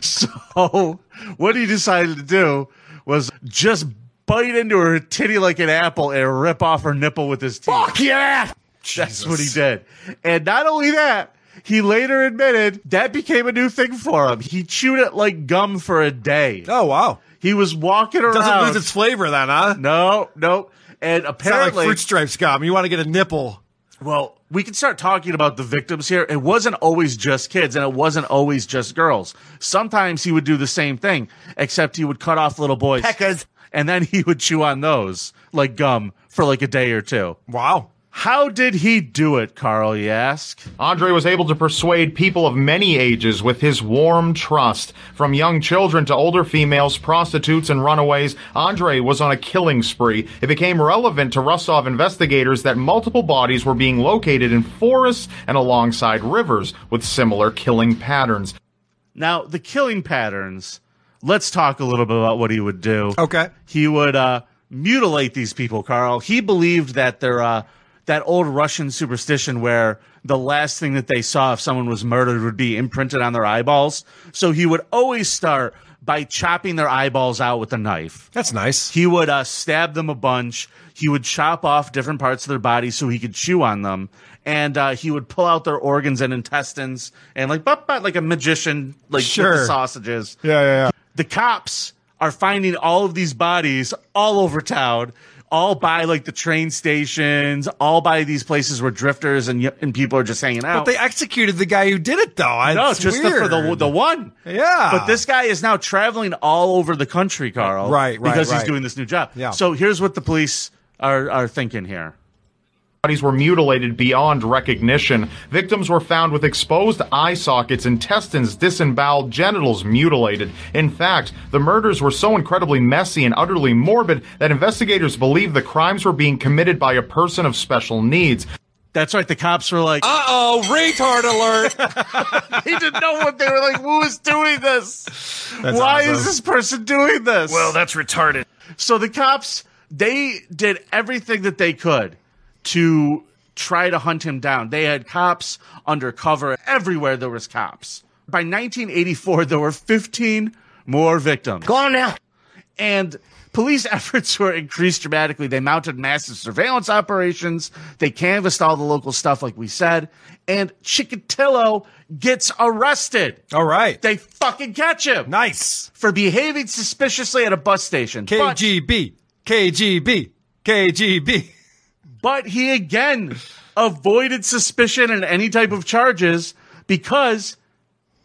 So what he decided to do was just bite into her titty like an apple and rip off her nipple with his teeth. Fuck yeah. That's what he did. And not only that, he later admitted that became a new thing for him. He chewed it like gum for a day. Oh, wow. He was walking around. Doesn't lose its flavor then, huh? no, no. And It's not like apparently, fruit stripes gum. You want to get a nipple. well, we can start talking about the victims here. It wasn't always just kids and it wasn't always just girls. Sometimes he would do the same thing, except he would cut off little boys. Peckers. and then he would chew on those like gum for like a day or two. Wow. How did he do it, Carl? You ask. Andre was able to persuade people of many ages with his warm trust. From young children to older females, prostitutes, and runaways, Andre was on a killing spree. It became relevant to Russov investigators that multiple bodies were being located in forests and alongside rivers with similar killing patterns. Now the killing patterns. Let's talk a little bit about what he would do. Okay. He would uh, mutilate these people, Carl. He believed that they're uh, that old Russian superstition where the last thing that they saw if someone was murdered would be imprinted on their eyeballs. So he would always start by chopping their eyeballs out with a knife. That's nice. He would uh, stab them a bunch. He would chop off different parts of their body so he could chew on them, and uh, he would pull out their organs and intestines and like, but but like a magician, like with Sure. the sausages. Yeah, yeah, yeah. The cops are finding all of these bodies all over town, all by like the train stations, all by these places where drifters and y- and people are just hanging out. But they executed the guy who did it, though. I no, just the, for the the one. Yeah. But this guy is now traveling all over the country, Carl. Right, right, Because he's right. doing this new job. Yeah. So here's what the police are are thinking here. Bodies were mutilated beyond recognition. Victims were found with exposed eye sockets, intestines disemboweled, genitals mutilated. In fact, the murders were so incredibly messy and utterly morbid that investigators believed the crimes were being committed by a person of special needs. That's right. The cops were like, Uh oh, retard alert. they didn't know what they were like. Who is doing this? Why is awesome. this person doing this? that's retarded. so the cops they did everything that they could to try to hunt him down. They had cops undercover everywhere. There was cops. By 1984, there were 15 more victims. Go on now. And police efforts were increased dramatically. They mounted massive surveillance operations. They canvassed all the local stuff, like we said. And Chikatilo gets arrested. All right. They fucking catch him. Nice. For behaving suspiciously at a bus station. But- KGB, KGB, KGB. but he again avoided suspicion and any type of charges because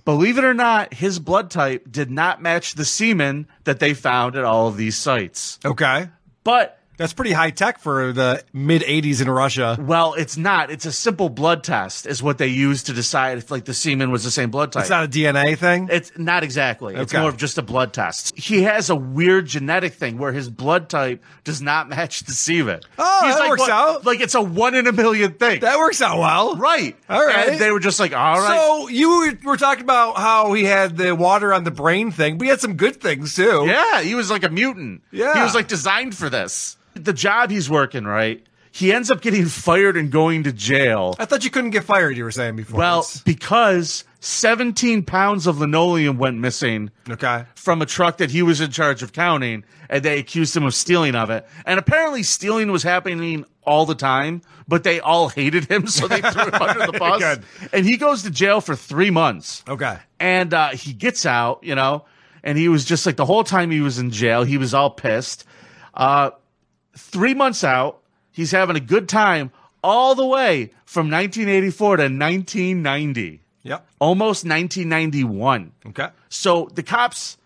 believe it or not his blood type did not match the semen that they found at all of these sites Okay. but That's pretty high tech for the mid 80s in Russia. well it's not it's a simple blood test is what they use to decide if like the semen was the same blood type It's not a DNA thing. It's not exactly. It's Okay. more of just a blood test. He has a weird genetic thing where his blood type does not match the semen. Oh, that like, works what- out. Like it's a one in a million thing. That works out well. right. All right. And they were just like, all right. So you were talking about how he had the water on the brain thing, but he had some good things too. Yeah, he was like a mutant. Yeah. He was like designed for this. The job he's working, right? He ends up getting fired and going to jail. I thought you couldn't get fired. You were saying before. Well, That's- because 17 pounds of linoleum went missing okay. from a truck that he was in charge of counting, and they accused him of stealing of it. And apparently, stealing was happening all the time, but they all hated him, so they threw him under the bus. Good. And he goes to jail for three months Okay. and uh, he gets out, you know, and he was just like the whole time he was in jail, he was all pissed. Uh, three months out, he's having a good time all the way from 1984 to 1990, Yep. almost 1991. Okay. So the cops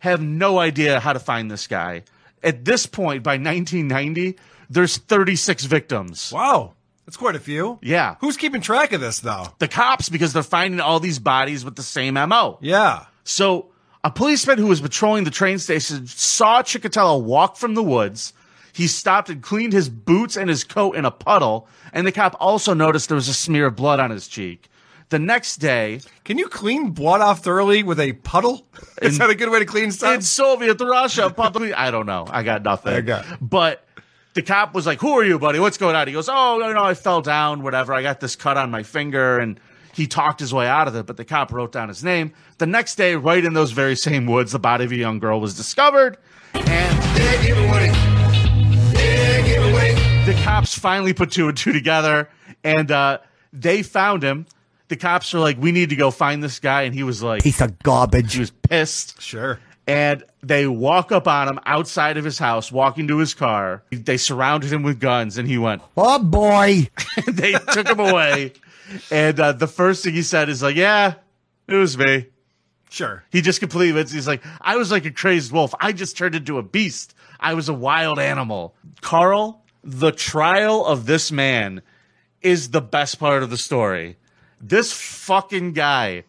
have no idea how to find this guy. At this point, by 1990, there's 36 victims. Wow. That's quite a few. Yeah. Who's keeping track of this though? The cops, because they're finding all these bodies with the same MO. Yeah. So a policeman who was patrolling the train station saw Chikatilo walk from the woods. He stopped and cleaned his boots and his coat in a puddle, and the cop also noticed there was a smear of blood on his cheek. The next day, Can you clean blood off thoroughly with a puddle? Is that a good way to clean in stuff? Soviet Russia, probably I don't know. I got nothing. I got- But the cop was like, "Who are you, buddy? What's going on?" He goes, "Oh, you know, I fell down. Whatever. I got this cut on my finger." And he talked his way out of it. But the cop wrote down his name. The next day, right in those very same woods, the body of a young girl was discovered. Dead giveaway. Dead giveaway. the cops finally put two and two together and uh, they found him. The cops were like, we need to go find this guy. And he was like, Piece of he garbage. was pissed. Sure. And they walk up on him outside of his house, walking to his car. They surrounded him with guns and he went, Oh boy. they took him away. And uh, the first thing he said is like, yeah, it was me. Sure. He just completely admits he's like, I was like a crazed wolf. I just turned into a beast. I was a wild animal. Carl, the trial of this man is the best part of the story. This fucking guy,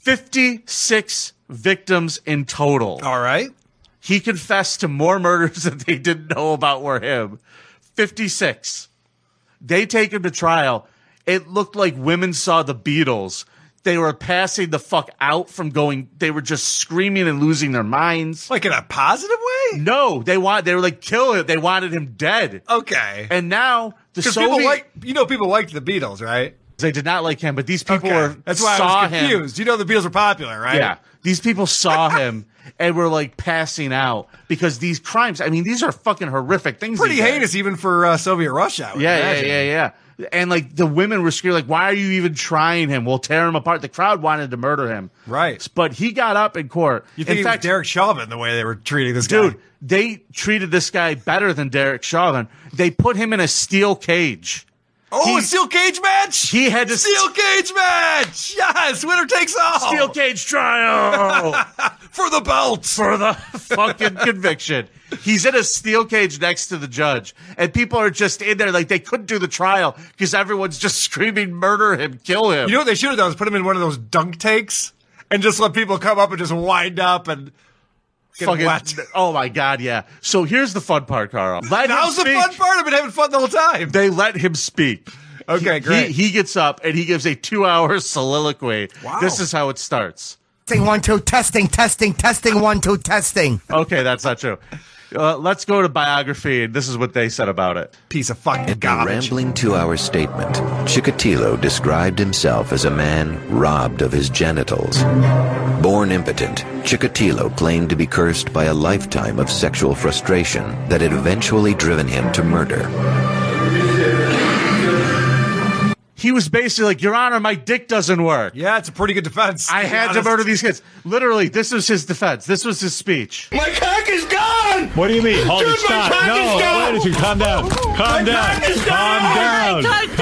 56 victims in total. All right. He confessed to more murders that they didn't know about were him. 56. They take him to trial. It looked like women saw the Beatles. They were passing the fuck out from going, they were just screaming and losing their minds. Like in a positive way? No, they want, they were like, kill him. They wanted him dead. Okay. And now the Because Soviet, people like, you know, people liked the Beatles, right? they did not like him, but these people Okay. were, That's why saw I was him. confused. You know, the Beatles were popular, right? Yeah. These people saw him and were like passing out because these crimes, I mean, these are fucking horrific things. he Pretty did. heinous, even for uh, Soviet Russia. I would Yeah, imagine. yeah, yeah, yeah. And like the women were screaming, like, "Why are you even trying him? We'll tear him apart." The crowd wanted to murder him, Right. But he got up in court. You think in it fact, was Derek Chauvin the way they were treating this dude, guy? they treated this guy better than Derek Chauvin. They put him in a steel cage. Oh, he- a steel cage match! He had to steel cage match! Yes, winner takes all! steel cage trial for the belt! for the fucking conviction. He's in a steel cage next to the judge, and people are just in there like they couldn't do the trial because everyone's just screaming, "Murder him! Kill him!" you know what they should have done is put him in one of those dunk tanks and just let people come up and just wind up and get fucking wet. oh my god yeah so here's the fun part carl let That was him the speak. fun part. I've been having fun the whole time. they let him speak Okay, He- great. he, he gets up and he gives a two-hour soliloquy Wow. this is how it starts Testing one, two, testing, testing, testing, one, two, testing. okay that's not true Uh, let's go to biography. and This is what they said about it. Piece of fucking In a rambling two hour statement, Chikatilo described himself as a man robbed of his genitals. Born impotent, Chikatilo claimed to be cursed by a lifetime of sexual frustration that had eventually driven him to murder. He was basically like, Your Honor, my dick doesn't work. Yeah, it's a pretty good defense. I be had to honest. murder these kids. Literally, this was his defense. This was his speech. My cock is gone! What do you mean? Hold Dude, it, my stop. cock No, is gone! wait a second. Calm down. Calm down. Oh cock is Calm Oh gone! down. Calm down.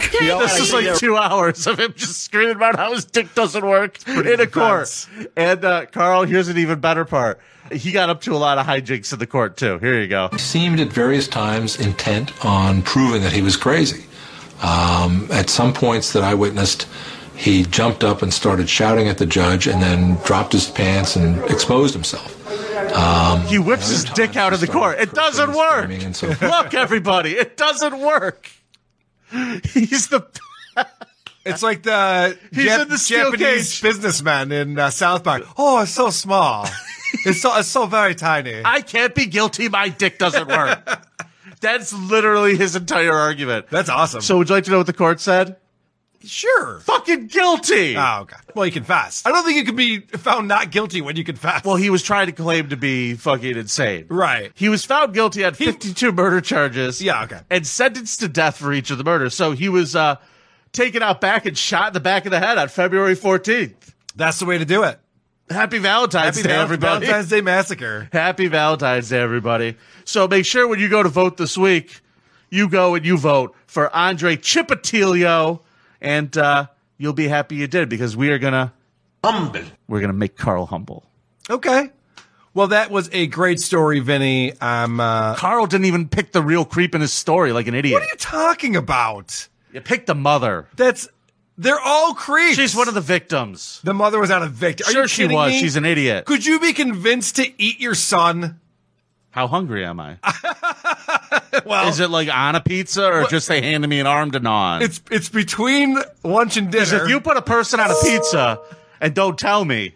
fuck! Yeah, this is like two hours of him just screaming about how his dick doesn't work in a court. And uh, Carl, here's an even better part. He got up to a lot of hijinks in the court too. Here you go. seemed at various times intent on proving that he was crazy. Um, at some points that I witnessed, he jumped up and started shouting at the judge and then dropped his pants and exposed himself. Um, He whips his dick out of the court. It doesn't work. Look, everybody, it doesn't work. He's the It's like the, He's in the steel Japanese cage. businessman in uh, South Park. Oh, it's so small. it's so it's so very tiny. I can't be guilty. My dick doesn't work. That's literally his entire argument. That's awesome. So, would you like to know what the court said? Sure. Fucking guilty. Oh god. Well, he confessed. I don't think you could be found not guilty when you confess. Well, he was trying to claim to be fucking insane. Right. He was found guilty on 52 murder charges. Yeah, okay. And sentenced to death for each of the murders. So he was uh, taken out back and shot in the back of the head on February 14th. That's the way to do it. Happy Valentine's Happy Day, Val- everybody. Valentine's Day massacre. Happy Valentine's Day, everybody. So make sure when you go to vote this week, you go and you vote for Andre Chipatilio, and uh, you'll be happy you did because we are gonna humble. We're gonna make Carl humble. Okay. Well, that was a great story, Vinny. Um, uh, Carl didn't even pick the real creep in his story like an idiot. what are you talking about? You picked the mother. That's they're all creeps. She's one of the victims. The mother was not a victim. Are sure, you she kidding was. me? She's an idiot. Could you be convinced to eat your son? How hungry am I? well, is it like on a pizza or just they handed me an arm to gnaw? on? It's it's between lunch and dinner. Because if you put a person on a pizza and don't tell me,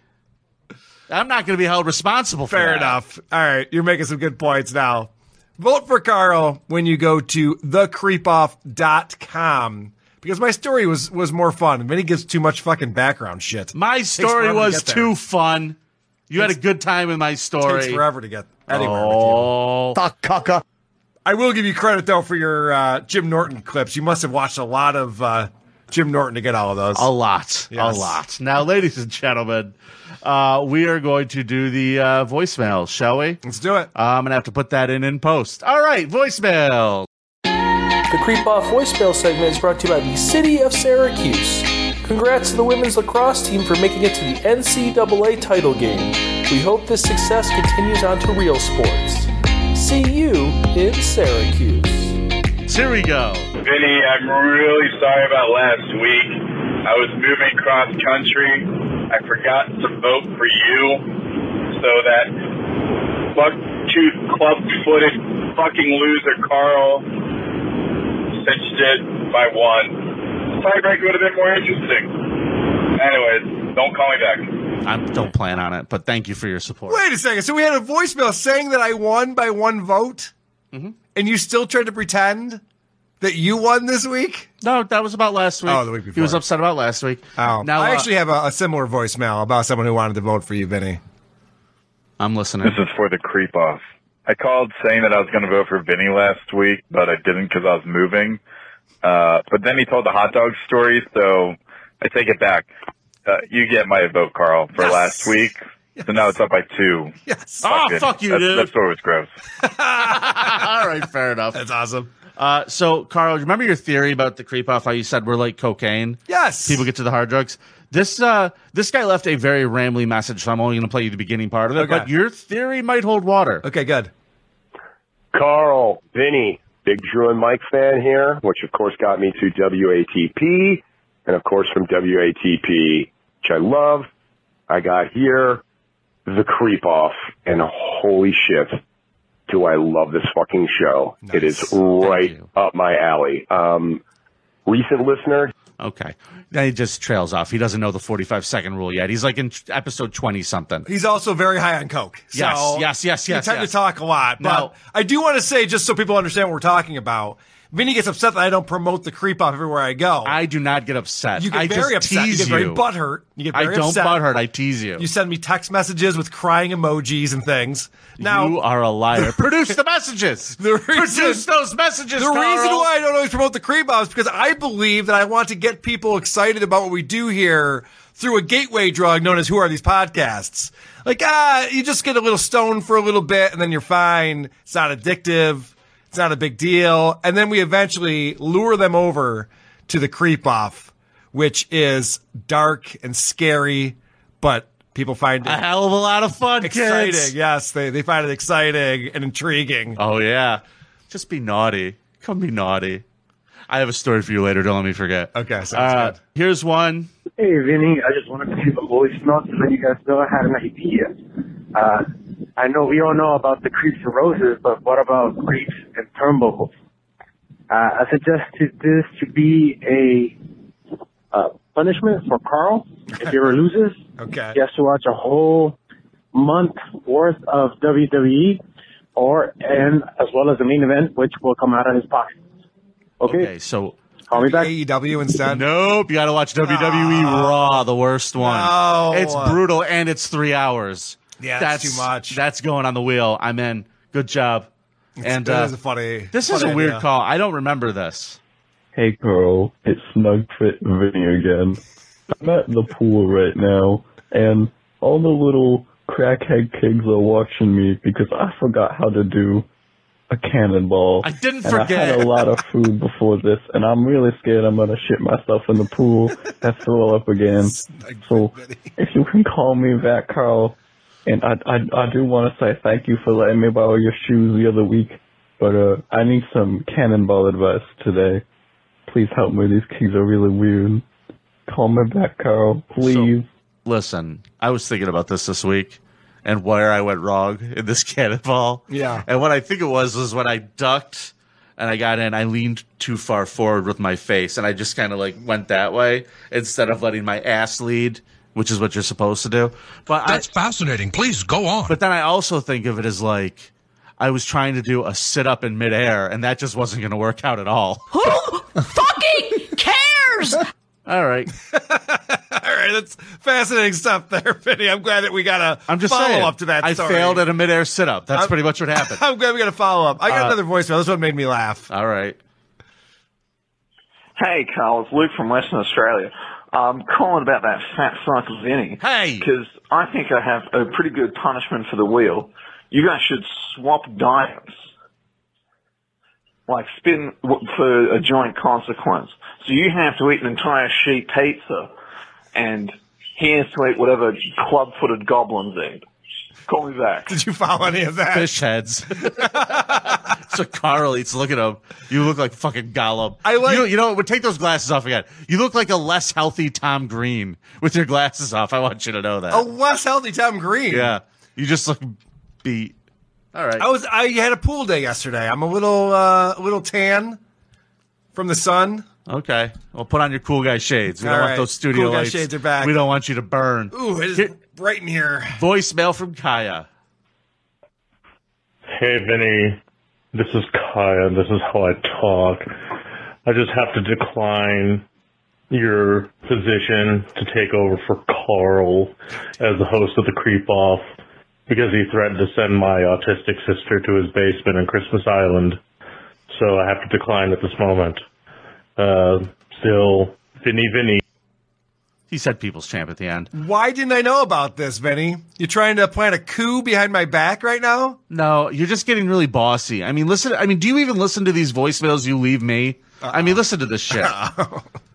I'm not going to be held responsible for Fair that. enough. All right, you're making some good points now. Vote for Carl when you go to thecreepoff.com because my story was was more fun. Vinny gives too much fucking background shit. My story forever to was get there. too fun. You had a good time with my story. takes forever to get anywhere. Oh, Fuck, cucka. I will give you credit though for your uh, Jim Norton clips. You must have watched a lot of uh, Jim Norton to get all of those. a lot, a Yes. lot. Now, ladies and gentlemen, uh, we are going to do the uh, voicemail, shall we? Let's do it. I'm gonna have to put that in in post. All right, voicemail. The Creep Off voicemail segment is brought to you by the City of Syracuse. Congrats to the women's lacrosse team for making it to the NCAA title game. We hope this success continues on to real sports. See you in Syracuse. Here we go. Vinny, I'm really sorry about last week. I was moving cross country. I forgot to vote for you, so that buck-toothed, club-footed fucking loser Carl cinched it by one. Tiebreak would have been more interesting. Anyways, don't call me back. I don't plan on it, but thank you for your support. Wait a second. So we had a voicemail saying that I won by one vote, Mm-hmm. and you still tried to pretend that you won this week. No, that was about last week. Oh, the week He was before. upset about last week. Oh, now I uh, actually have a, a similar voicemail about someone who wanted to vote for you, Vinny. I'm listening. This is for the creep off. I called saying that I was going to vote for Vinny last week, but I didn't because I was moving. Uh, but then he told the hot dog story, so I take it back. Uh, you get my vote, Carl, for last week. So now it's up by two. Yes. Ah, fuck you, that's, dude. That story was gross. All right, fair enough. That's awesome. Uh, so, Carl, remember your theory about the creep off? How you said we're like cocaine. Yes. People get to the hard drugs. This uh, this guy left a very rambly message, so I'm only going to play you the beginning part of it. Okay. But your theory might hold water. Okay, good. Carl, Vinny, big Drew and Mike fan here, which of course got me to WATP. And of course from WATP, which I love, I got here the creep off and holy shit. Do I love this fucking show? It is right up my alley. Um, recent listener, Okay. Then he just trails off. He doesn't know the 45 second rule yet. He's like in t- episode 20 something. He's also very high on coke. So Yes, yes, yes, we yes, tend yes. to talk a lot, but Now- I do want to say just so people understand what we're talking about. Vinny gets upset that I don't promote the creep off everywhere I go. I do not get upset. You get I very just upset. You get tease very you. butthurt. You get very I don't upset. butthurt. I tease you. You send me text messages with crying emojis and things. Now you are a liar. Produce the messages. Produce those messages. The reason Carl. why I don't always promote the creep off is because I believe that I want to get people excited about what we do here through a gateway drug known as Who Are These Podcasts? Like, ah, you just get a little stoned for a little bit and then you're fine. It's not addictive. It's not a big deal. And then we eventually lure them over to the creep off, which is dark and scary, but people find it a hell of a lot of fun. exciting. kids. Yes, they, they find it exciting and intriguing. Oh yeah. Just be naughty. Come be naughty. I have a story for you later. Don't let me forget. Okay. Sounds Uh, here's one. Hey, Vinny, I just wanted to leave a voicemail to let you guys know I had an idea. Uh, I know we all know about the creeps and roses, but what about creeps and turn bubbles? Uh, I suggested this to be a uh, punishment for Carl if he ever loses. Okay. He has to watch a whole month worth of WWE, or and as well as the main event, which will come out of his pocket. Okay. Okay, so call me back. AEW E instead. Nope. You got to watch WWE Raw, the worst one. No. It's brutal and it's three hours. Yeah, that's too much. That's going on the wheel. I'm in. Good job. and that uh, is a funny. this is funny a weird idea. call. I don't remember this. Hey Carl, it's Snugfit Vinny again. I'm at the pool right now, and all the little crackhead kids are watching me because I forgot how to do a cannonball. I didn't And I had forget. a lot of food before this, and I'm really scared I'm gonna shit myself in the pool and throw up again. So if you can call me back, Carl, and I I, I do want to say thank you for letting me borrow your shoes the other week. But uh, I need some cannonball advice today. Please help me. These kids are really weird. Call me back, Carl. Please. Listen, I was thinking about this this week and where I went wrong in this cannonball. Yeah. And what I think it was was when I ducked and I got in, I leaned too far forward with my face and I just kind of like went that way instead of letting my ass lead, which is what you're supposed to do. But that's fascinating. Please go on. But then I also think of it as like I was trying to do a sit up in midair and that just wasn't going to work out at all. Fucking cares. all right. All right, that's fascinating stuff there, Vinny. I'm glad that we got a I'm just follow saying, up to that. I story. failed at a midair sit up. That's I'm- pretty much what happened. I'm glad we got a follow up. I got Uh, another voicemail. This one made me laugh. All right. Hey, Carl, it's Luke from Western Australia. I'm calling about that fat sack of Vinny. Hey! Because I think I have a pretty good punishment for the wheel. You guys should swap diets. Like spin w- for a joint consequence. So you have to eat an entire sheet pizza, and he has to eat whatever club-footed goblins eat. Call me back. Did you follow any of that? Fish heads. so Carl eats. Look at him. You look like fucking Gollum. I like. You, you know, what? take those glasses off again. You look like a less healthy Tom Green with your glasses off. I want you to know that. A less healthy Tom Green. Yeah. You just look beat. All right. I was. I had a pool day yesterday. I'm a little, uh, a little tan from the sun. Okay. Well, put on your cool guy shades. We All don't right. want those studio Cool guy lights. shades are back. We don't want you to burn. Ooh, it is Here- bright in here. voicemail from Kaya. Hey, Vinny. This is Kaya. This is how I talk. I just have to decline your position to take over for Carl as the host of the Creep Off because he threatened to send my autistic sister to his basement in Christmas Island. So I have to decline at this moment. Uh, still, Vinny, Vinny. He said "People's Champ" at the end. Why didn't I know about this, Vinny? You're trying to plant a coup behind my back right now. No, you're just getting really bossy. I mean, listen. I mean, do you even listen to these voicemails you leave me? I mean, listen to this shit.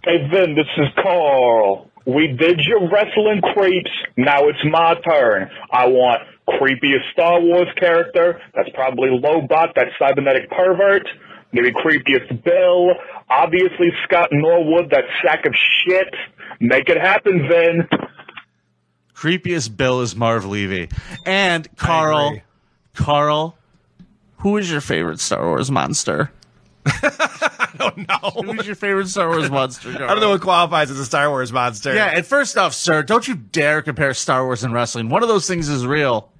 Hey, Vin, this is Carl. We did your wrestling creeps. Now it's my turn. I want creepiest Star Wars character. That's probably Lobot, that cybernetic pervert. Maybe creepiest Bill. Obviously Scott Norwood, that sack of shit. Make it happen, Vin. Creepiest Bill is Marv Levy. And Carl, Carl, who is your favorite Star Wars monster? Who's your favorite Star Wars monster? I don't know what qualifies as a Star Wars monster. Yeah, and first off, sir, don't you dare compare Star Wars and wrestling. One of those things is real.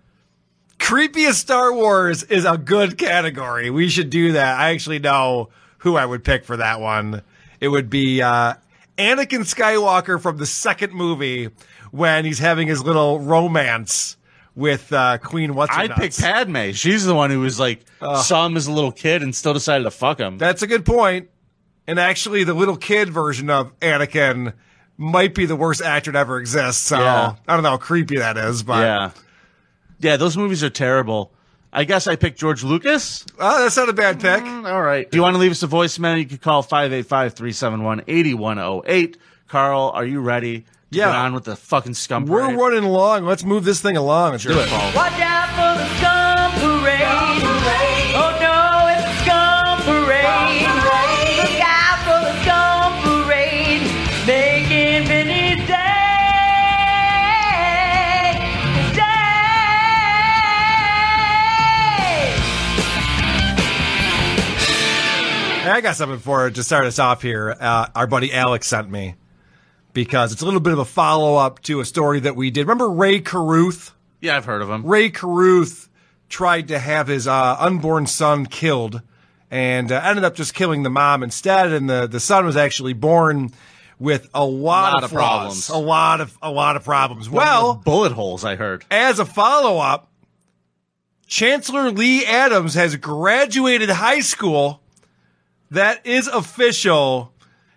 Creepiest Star Wars is a good category. We should do that. I actually know who I would pick for that one. It would be uh, Anakin Skywalker from the second movie when he's having his little romance with uh, Queen What's I'd pick Padme. She's the one who was like saw him as a little kid and still decided to fuck him. That's a good point. And actually, the little kid version of Anakin might be the worst actor to ever exist. So Yeah. I don't know how creepy that is, but yeah, yeah, those movies are terrible. I guess I picked George Lucas. Oh, that's not a bad pick. all right. Do you want to leave us a voicemail? You can call 585 371 8108. Carl, are you ready to Yeah. get on with the fucking scum? we're running long. Let's move this thing along. Let's do it. Watch out for the scum parade. Oh no, it's the scum parade. Look out for the scum parade. Making Vinny's day. His day. Hey, I got something for it to start us off here. Uh, our buddy Alex sent me because it's a little bit of a follow up to a story that we did. Remember Ray Caruth? Yeah, I've heard of him. Um, Ray Caruth tried to have his uh, unborn son killed and uh, ended up just killing the mom instead. And the, the son was actually born with a lot, Lot of of flaws, problems. a lot of a lot of problems. Well, Well, bullet holes, I heard. as a follow up, Chancellor Lee Adams has graduated high school. That is official.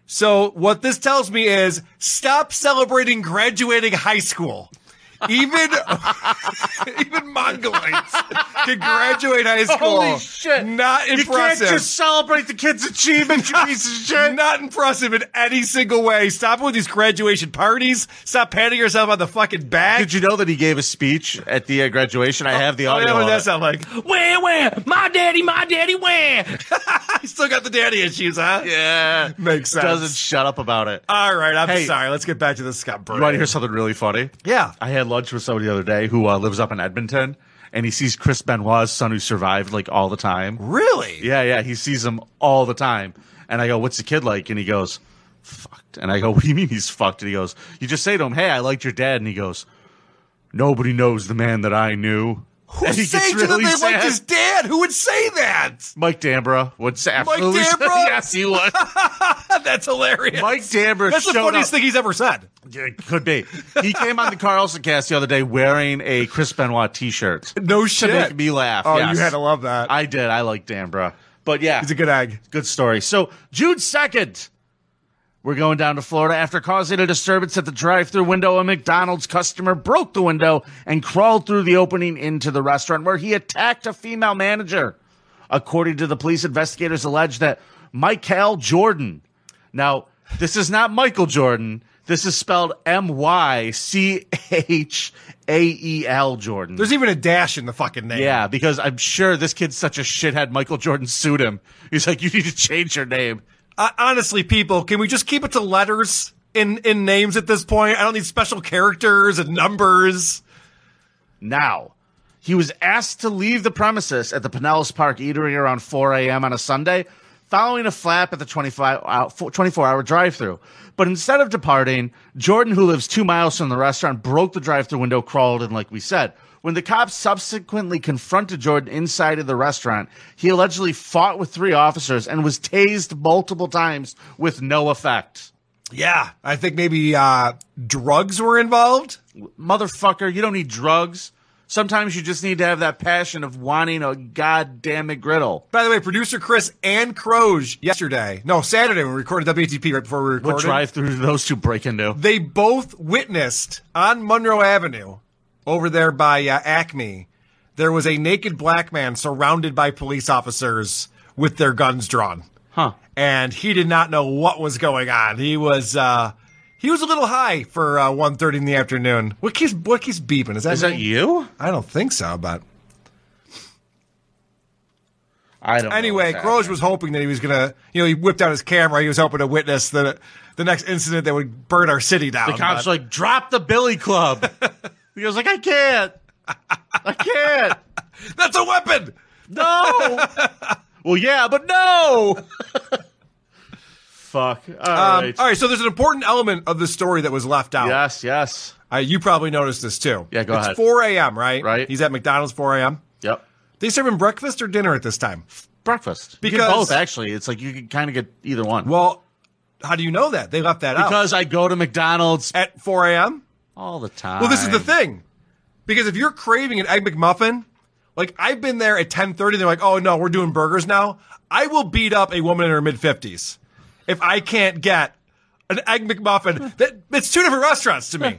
So what this tells me is stop celebrating graduating high school. Even even Mongoloids can graduate high school. Holy shit. Not You can't impressive. just celebrate the kid's achievement, you piece of shit. Not impressive in any single way. Stop with these graduation parties. Stop patting yourself on the fucking back. Did you know that he gave a speech at the uh, graduation? I have the Oh, audio. yeah, what of does that it. sound like? Where, where? My daddy, my daddy, where? He's still got the daddy issues, huh? Yeah. Makes sense. Doesn't shut up about it. All right, I'm Hey. sorry. Let's get back to this Scott Uh, You Burton. want to hear something really funny? Yeah. I had lunch with somebody the other day who uh, lives up in Edmonton, and he sees Chris Benoit's son who survived like all the time. Really? Yeah, yeah. He sees him all the time. And I go, What's the kid like? And he goes, Fucked. And I go, What do you mean he's fucked? And he goes, You just say to him, Hey, I liked your dad. And he goes, Nobody knows the man that I knew. Who And he said gets to them really they sad. liked his dad? Who would say that? Mike Dambra would say, absolutely Mike Dambra? yes, he would. That's hilarious. Mike Dambra That's the showed funniest up. thing he's ever said. Yeah, it could be. He came on the Carlson cast the other day wearing a Chris Benoit t-shirt. No To make shit. me laugh. Oh, yes. you had to love that. I did. I like Dambra. But yeah. He's a good egg. Good story. So June 2nd, we're going down to Florida after causing a disturbance at the drive-through window. A McDonald's customer broke the window and crawled through the opening into the restaurant where he attacked a female manager. According to the police, investigators allege that Michael Jordan. Now, this is not Michael Jordan. This is spelled M Y C H A E L Jordan. There's even a dash in the fucking name. Yeah, because I'm sure this kid's such a shithead. Michael Jordan sued him. He's like, you need to change your name. Uh, honestly, people, can we just keep it to letters in in names at this point? I don't need special characters and numbers. Now, he was asked to leave the premises at the Pinellas Park Eatery around 4 a.m. on a Sunday, following a flap at the uh, 24-hour drive-through. But instead of departing, Jordan, who lives two miles from the restaurant, broke the drive-through window, crawled in, like we said. When the cops subsequently confronted Jordan inside of the restaurant, he allegedly fought with three officers and was tased multiple times with no effect. Yeah, I think maybe uh, drugs were involved. motherfucker, you don't need drugs. Sometimes you just need to have that passion of wanting a goddamn McGriddle. By the way, producer Chris and Croge yesterday, no, Saturday when we recorded WTP right before we recorded. What drive through those two break into? They both witnessed on Monroe Avenue over there by uh, Acme. There was a naked black man surrounded by police officers with their guns drawn. Huh. And he did not know what was going on. He was uh he was a little high for uh 1:30 in the afternoon. What keeps what keeps beeping? Is that Is that me? you? I don't think so, but I don't. know Anyway, what's Croge was hoping that he was gonna, you know, he whipped out his camera. He was hoping to witness the the next incident that would burn our city down. happening. The cops but- like drop the Billy Club. he goes like, I can't, I can't. That's a weapon. No. Well, yeah, but no. Fuck. All Um, right. all right. So there's an important element of the story that was left out. Yes, yes. Uh, you probably noticed this too. Yeah, go it's ahead. 4 a.m., right? Right. He's at McDonald's 4 a.m. Yep. They serve him breakfast or dinner at this time? Breakfast. You get Because both actually. It's like you can kind of get either one. Well, how do you know that? They left that out. because I go to McDonald's at 4 a.m. all the time. Well, this is the thing, because if you're craving an egg McMuffin, like I've been there at 10:30, they're like, "Oh no, we're doing burgers now." I will beat up a woman in her mid 50s if I can't get an egg McMuffin. That it's two different restaurants to me.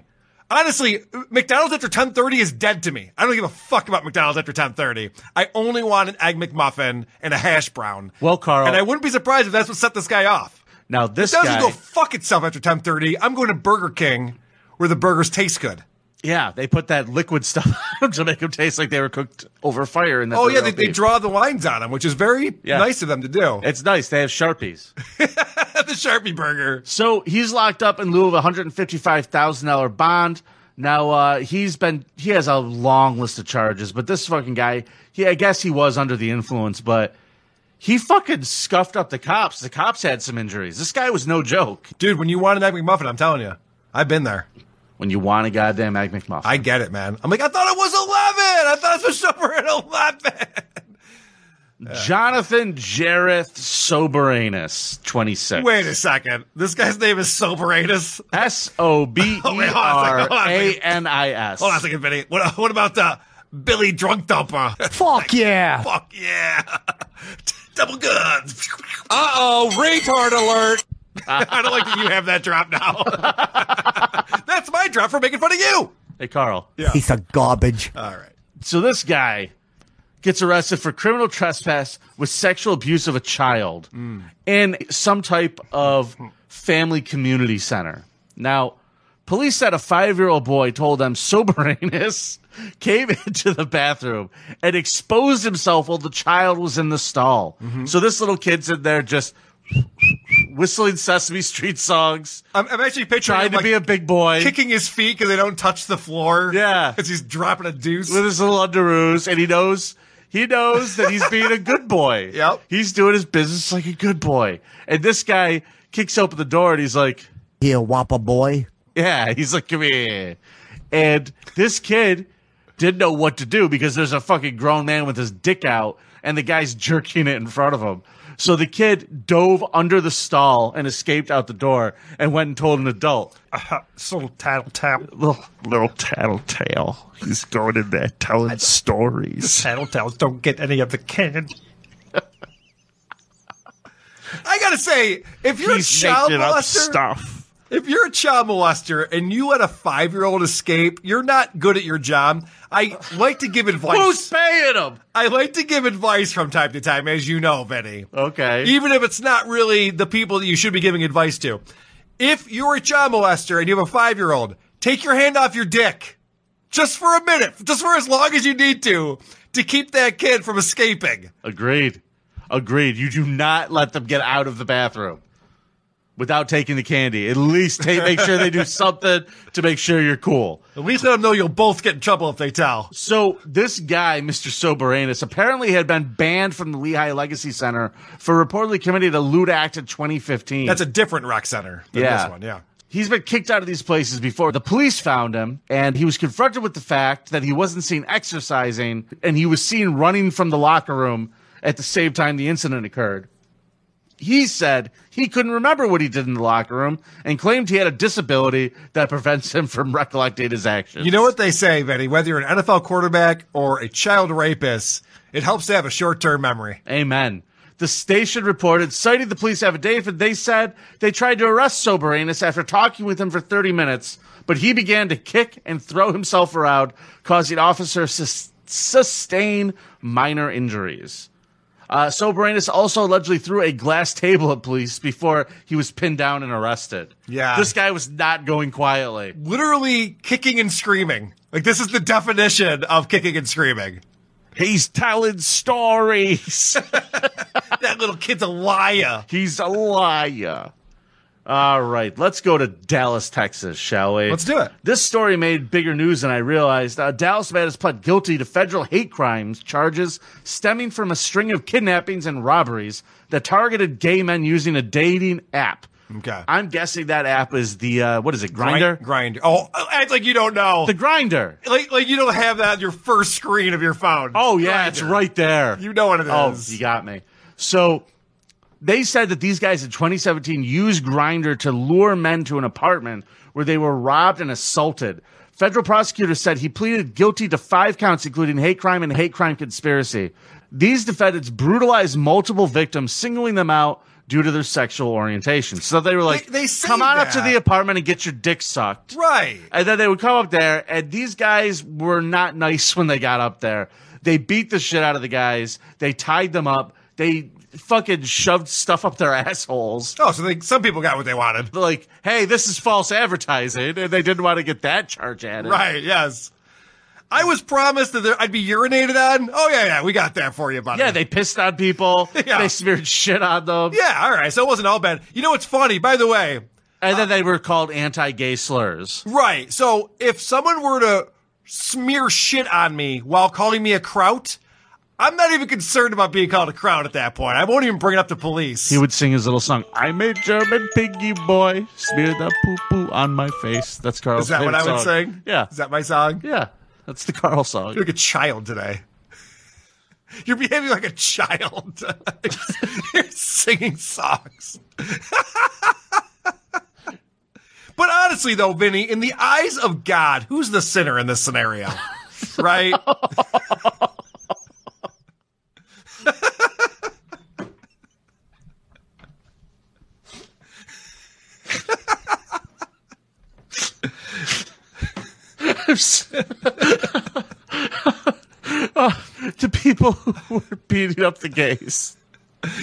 Honestly, McDonald's after 10:30 is dead to me. I don't give a fuck about McDonald's after 10:30. I only want an egg McMuffin and a hash brown. Well, Carl. And I wouldn't be surprised if that's what set this guy off. Now this it doesn't guy- go fuck itself after 10:30. I'm going to Burger King, where the burgers taste good. Yeah, they put that liquid stuff on 'em to make them taste like they were cooked over fire. And Oh yeah, they, they draw the lines on them, which is very nice of them to do. It's nice. They have sharpies. the Sharpie burger. So he's locked up in lieu of a hundred and fifty-five thousand dollar bond. Now uh, he's been he has a long list of charges, but this fucking guy, he I guess he was under the influence, but he fucking scuffed up the cops. The cops had some injuries. This guy was no joke, dude. When you want an egg McMuffin, I'm telling you, I've been there. When you want a goddamn egg McMuffin, I get it, man. I'm like, I thought it was 11. I thought it was supper at 11. Jonathan Jareth Soberanus, 26. Wait a second. This guy's name is Soberatus. S O B E Wait, hold on a second, hold on a second. A-N-I-S. Hold on a second, Vinny. What, what about the Billy Drunk Dumper? Fuck yeah. Fuck yeah. Double guns. Uh oh, retard alert. I don't like that you have that drop now. That's my drop for making fun of you. Hey, Carl. Piece of garbage. All right. So this guy gets arrested for criminal trespass with sexual abuse of a child Hmm. in some type of family community center. Now, police said a five year old boy told them Soberanus came into the bathroom and exposed himself while the child was in the stall. Mm-hmm. So this little kid's in there just whistling Sesame Street songs. I'm, I'm actually picturing trying him, to like, be a big boy, Kicking his feet because they don't touch the floor. Yeah. Because he's dropping a deuce. with his little underoos, and he knows he knows that he's being a good boy. Yep, he's doing his business like a good boy. And this guy kicks open the door, and he's like, Here, whopper boy. "Yeah," he's like, "Come here." And this kid didn't know what to do because there's a fucking grown man with his dick out, and the guy's jerking it in front of him. So the kid dove under the stall and escaped out the door, and went and told an adult. Uh, so tattletale. Little, little tattletale. He's going in there telling stories. Tattletales don't get any of the can. I gotta say, if you're He's a child making up molester, stuff. if you're a child molester and you let a five year old escape, you're not good at your job. I like to give advice. Who's paying him? I like to give advice from time to time, as you know, Vinny. Okay. Even if it's not really the people that you should be giving advice to. If you're a child molester and you have a five year old, take your hand off your dick just for a minute, just for as long as you need to, to keep that kid from escaping. Agreed. Agreed. You do not let them get out of the bathroom without taking the candy. At least ta- make sure they do something to make sure you're cool. At least let them know you'll both get in trouble if they tell. So this guy, Mr. Soberanus, apparently had been banned from the Lehigh Legacy Center for reportedly committing a lewd act in 2015. That's a different rec center than Yeah. this one, yeah. He's been kicked out of these places before. The police found him, and he was confronted with the fact that he wasn't seen exercising, and he was seen running from the locker room at the same time the incident occurred. He said he couldn't remember what he did in the locker room and claimed he had a disability that prevents him from recollecting his actions. You know what they say, Vinny, whether you're an NFL quarterback or a child rapist, it helps to have a short term memory. Amen. The station reported, citing the police affidavit, they said they tried to arrest Soberanus after talking with him for 30 minutes, but he began to kick and throw himself around, causing officers to sus- sustain minor injuries. Uh, Soberanus also allegedly threw a glass table at police before he was pinned down and arrested. Yeah. This guy was not going quietly. Literally kicking and screaming. Like, this is the definition of kicking and screaming. He's telling stories. that little kid's a liar. He's a liar. All right, let's go to Dallas, Texas, shall we? Let's do it. This story made bigger news than I realized. A Dallas man has pled guilty to federal hate crimes charges stemming from a string of kidnappings and robberies that targeted gay men using a dating app. Okay. I'm guessing that app is the uh, what is it? Grinder. Grinder. Oh, act like you don't know. The grinder. Like, like you don't have that on your first screen of your phone. Oh yeah, it's right there. You know what it oh, is. you got me. So they said that these guys in 2017 used Grinder to lure men to an apartment where they were robbed and assaulted. Federal prosecutors said he pleaded guilty to five counts, including hate crime and hate crime conspiracy. These defendants brutalized multiple victims, singling them out due to their sexual orientation. So they were like, They- they say come on up to that. the apartment and get your dick sucked. Right. And then they would come up there, and these guys were not nice when they got up there. They beat the shit out of the guys. They tied them up. They fucking shoved stuff up their assholes. Oh, so they, some people got what they wanted. They're like, hey, this is false advertising, and they didn't want to get that charge added. Right. Yes. I was promised that there, I'd be urinated on. Oh yeah, yeah. We got that for you, buddy. Yeah, they pissed on people. Yeah. They smeared shit on them. Yeah. All right. So it wasn't all bad. You know what's funny? By the way, And then they were called anti-gay slurs. Right. So if someone were to smear shit on me while calling me a kraut, I'm not even concerned about being called a kraut at that point. I won't even bring it up to police. He would sing his little song, I'm a German piggy boy, smear the poo-poo on my face. That's Carl's Is that what I favorite would song. sing? Yeah. Is that my song? Yeah. That's the Carl song. You're like a child today. You're behaving like a child. You're singing songs. but honestly, though, Vinny, in the eyes of God, who's the sinner in this scenario? Right? Uh, to people who were beating up the gays.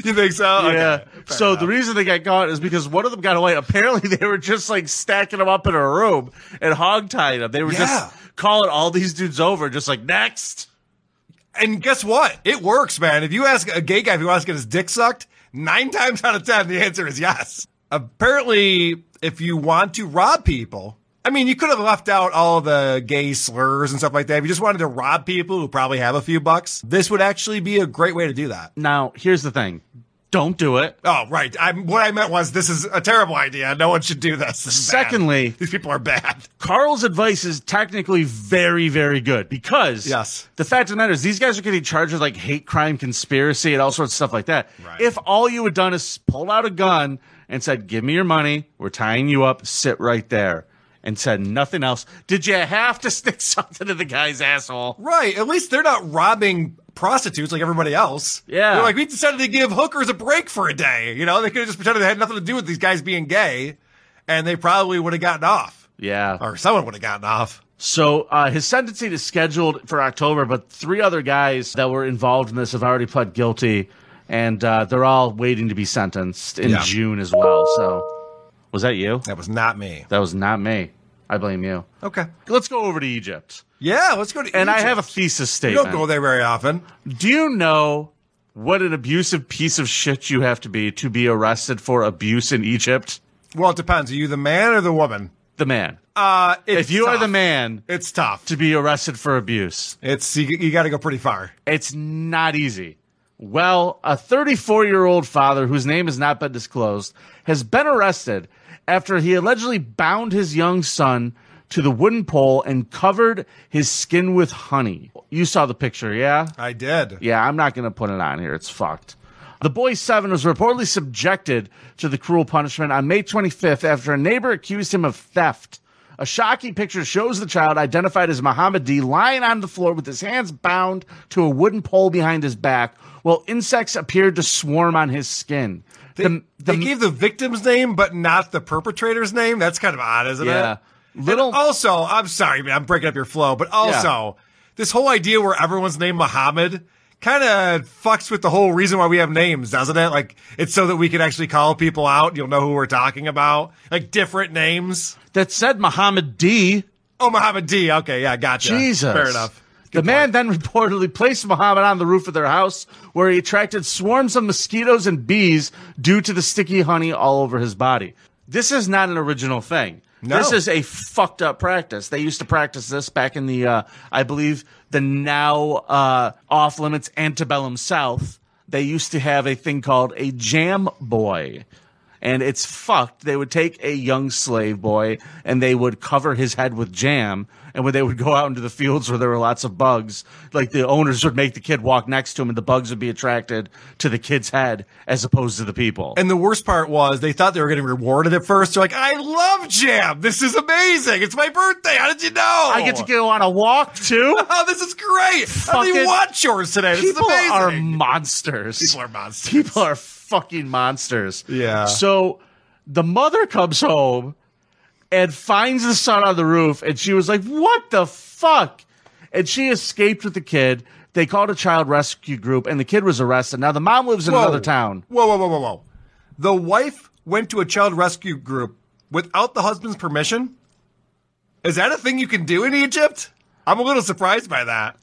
you think so? Okay. yeah. so the reason they got caught is because one of them got away. Apparently, they were just like stacking them up in a room and hogtying them. They were Yeah. just calling all these dudes over, just like next. And guess what? It works, man. If you ask a gay guy if he wants to get his dick sucked, nine times out of ten, the answer is yes. Apparently, if you want to rob people, I mean, you could have left out all the gay slurs and stuff like that. If you just wanted to rob people who probably have a few bucks, this would actually be a great way to do that. Now, here's the thing: don't do it. Oh, right. i what I meant was this is a terrible idea. No one should do this. This is bad. Secondly- these people are bad. Carl's advice is technically very, very good because Yes. the fact of the matter is these guys are getting charged with like hate crime, conspiracy, and all sorts of stuff like that. If all you had done is pulled out a gun and said, "Give me your money, we're tying you up, sit right there," and said nothing else, did you have to stick something in the guy's asshole? Right. At least they're not robbing prostitutes like everybody else. Yeah. They're like, we decided to give hookers a break for a day. You know, they could have just pretended they had nothing to do with these guys being gay and they probably would have gotten off Yeah. or someone would have gotten off. So uh, his sentencing is scheduled for October, but three other guys that were involved in this have already pled guilty, and uh, they're all waiting to be sentenced in Yeah. June as well. So, was that you? That was not me. That was not me. I blame you. Okay. Let's go over to Egypt, Yeah. Let's go to and I Egypt. have a thesis You statement. don't go there very often. Do you know what an abusive piece of shit you have to be to be arrested for abuse in Egypt? Well, it depends. Are you the man or the woman? The man. Uh, it's if you are tough. the man it's tough. to be arrested for abuse, It's you, you got to go pretty far. It's not easy. Well, a 34 year old father whose name has not been disclosed has been arrested after he allegedly bound his young son to the wooden pole and covered his skin with honey. You saw the picture, yeah? I did. Yeah, I'm not going to put it on here. It's fucked. The boy seven was reportedly subjected to the cruel punishment on May 25th after a neighbor accused him of theft. A shocking picture shows the child, identified as Muhammad D, lying on the floor with his hands bound to a wooden pole behind his back, while insects appeared to swarm on his skin. They, they gave the victim's name, but not the perpetrator's name. That's kind of odd, isn't Yeah. it? Little- And oh also, I'm sorry, man. I'm breaking up your flow, but also this whole idea where everyone's named Muhammad kind of fucks with the whole reason why we have names, doesn't it? Like it's so that we can actually call people out. You'll know who we're talking about. Like different names. that said Muhammad D. Oh, Muhammad D. Okay, yeah, gotcha. Jesus. fair enough. the man then reportedly placed Muhammad on the roof of their house, where he attracted swarms of mosquitoes and bees due to the sticky honey all over his body. This is not an original thing. No. This is a fucked up practice. They used to practice this back in the, uh, I believe, the now uh, off limits antebellum South. They used to have a thing called a jam boy. And it's fucked. They would take a young slave boy and they would cover his head with jam. And when they would go out into the fields where there were lots of bugs, like the owners would make the kid walk next to him and the bugs would be attracted to the kid's head as opposed to the people. And the worst part was they thought they were getting rewarded at first. They're like, I love jam. This is amazing. It's my birthday. How did you know? I get to go on a walk too. oh, this is great. I don't even Fucking- want chores today. This is people amazing. are monsters. People are monsters. People are fucking monsters. Yeah. So the mother comes home and finds the son on the roof, and she was like, "What the fuck?" And she escaped with the kid. They called a child rescue group, and the kid was arrested. Now the mom lives in Whoa. another town. Whoa, whoa, whoa, whoa, whoa. The wife went to a child rescue group without the husband's permission? Is that a thing you can do in Egypt? I'm a little surprised by that.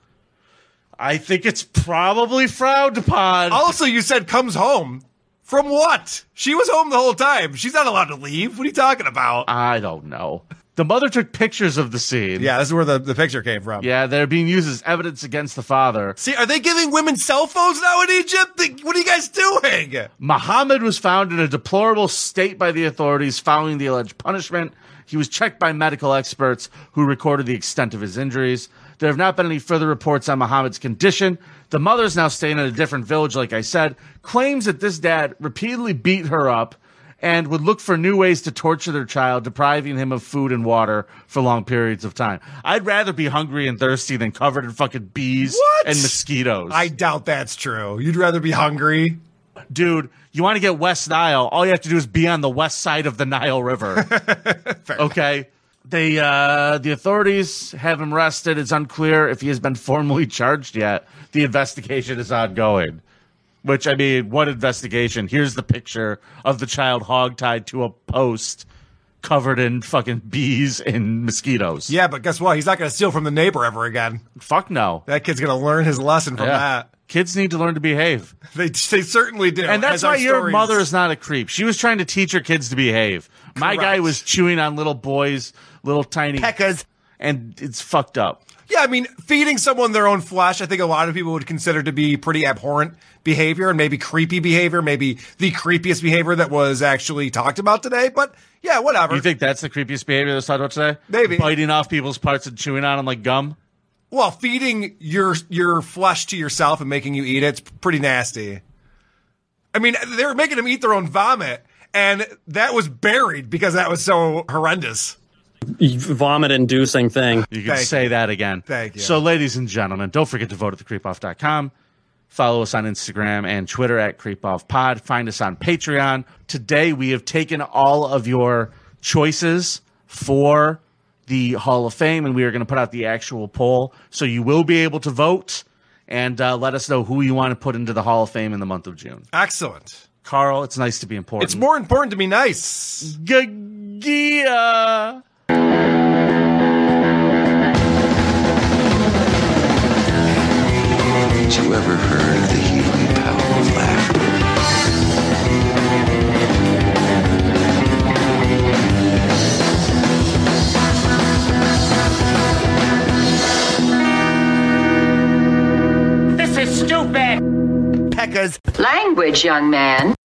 I think it's probably frowned upon. Also, you said comes home. From what? She was home the whole time. She's not allowed to leave. What are you talking about? I don't know. The mother took pictures of the scene. Yeah, this is where the, the picture came from. Yeah, they're being used as evidence against the father. See, are they giving women cell phones now in Egypt? They- What are you guys doing? Muhammad was found in a deplorable state by the authorities following the alleged punishment. He was checked by medical experts who recorded the extent of his injuries. There have not been any further reports on Muhammad's condition. The mother's now staying in a different village, like I said, claims that this dad repeatedly beat her up and would look for new ways to torture their child, depriving him of food and water for long periods of time. I'd rather be hungry and thirsty than covered in fucking bees and mosquitoes. I doubt that's true. You'd rather be hungry. Dude, you want to get West Nile, all you have to do is be on the west side of the Nile River. okay. They uh the authorities have him arrested. It's unclear if he has been formally charged yet. The investigation is ongoing. Which I mean, what investigation? Here's the picture of the child hogtied to a post covered in fucking bees and mosquitoes. Yeah, but guess what? He's not going to steal from the neighbor ever again. Fuck no. That kid's going to learn his lesson from Yeah. that. Kids need to learn to behave. They, they certainly do. And that's as our why your stories- mother is not a creep. She was trying to teach her kids to behave. My guy Correct. was chewing on little boys, little tiny peckers, and it's fucked up. Yeah, I mean, feeding someone their own flesh, I think a lot of people would consider to be pretty abhorrent behavior and maybe creepy behavior, maybe the creepiest behavior that was actually talked about today. But yeah, whatever. You think that's the creepiest behavior that's talked about today? Maybe. biting off people's parts and chewing on them like gum. well, feeding your your flesh to yourself and making you eat it's pretty nasty. I mean, they were making them eat their own vomit, and that was buried because that was so horrendous. Vomit inducing thing. You can say that again. Thank you. So, ladies and gentlemen, don't forget to vote at thecreepoff.com. Follow us on Instagram and Twitter at creepoffpod. Find us on Patreon. Today, we have taken all of your choices for the Hall of Fame, and we are going to put out the actual poll. So, you will be able to vote and uh, let us know who you want to put into the Hall of Fame in the month of June. Excellent. Carl, it's nice to be important. It's more important to be nice. Gagia. Did you ever heard of the healing power of laughter? This is stupid. Peckers. Language, young man.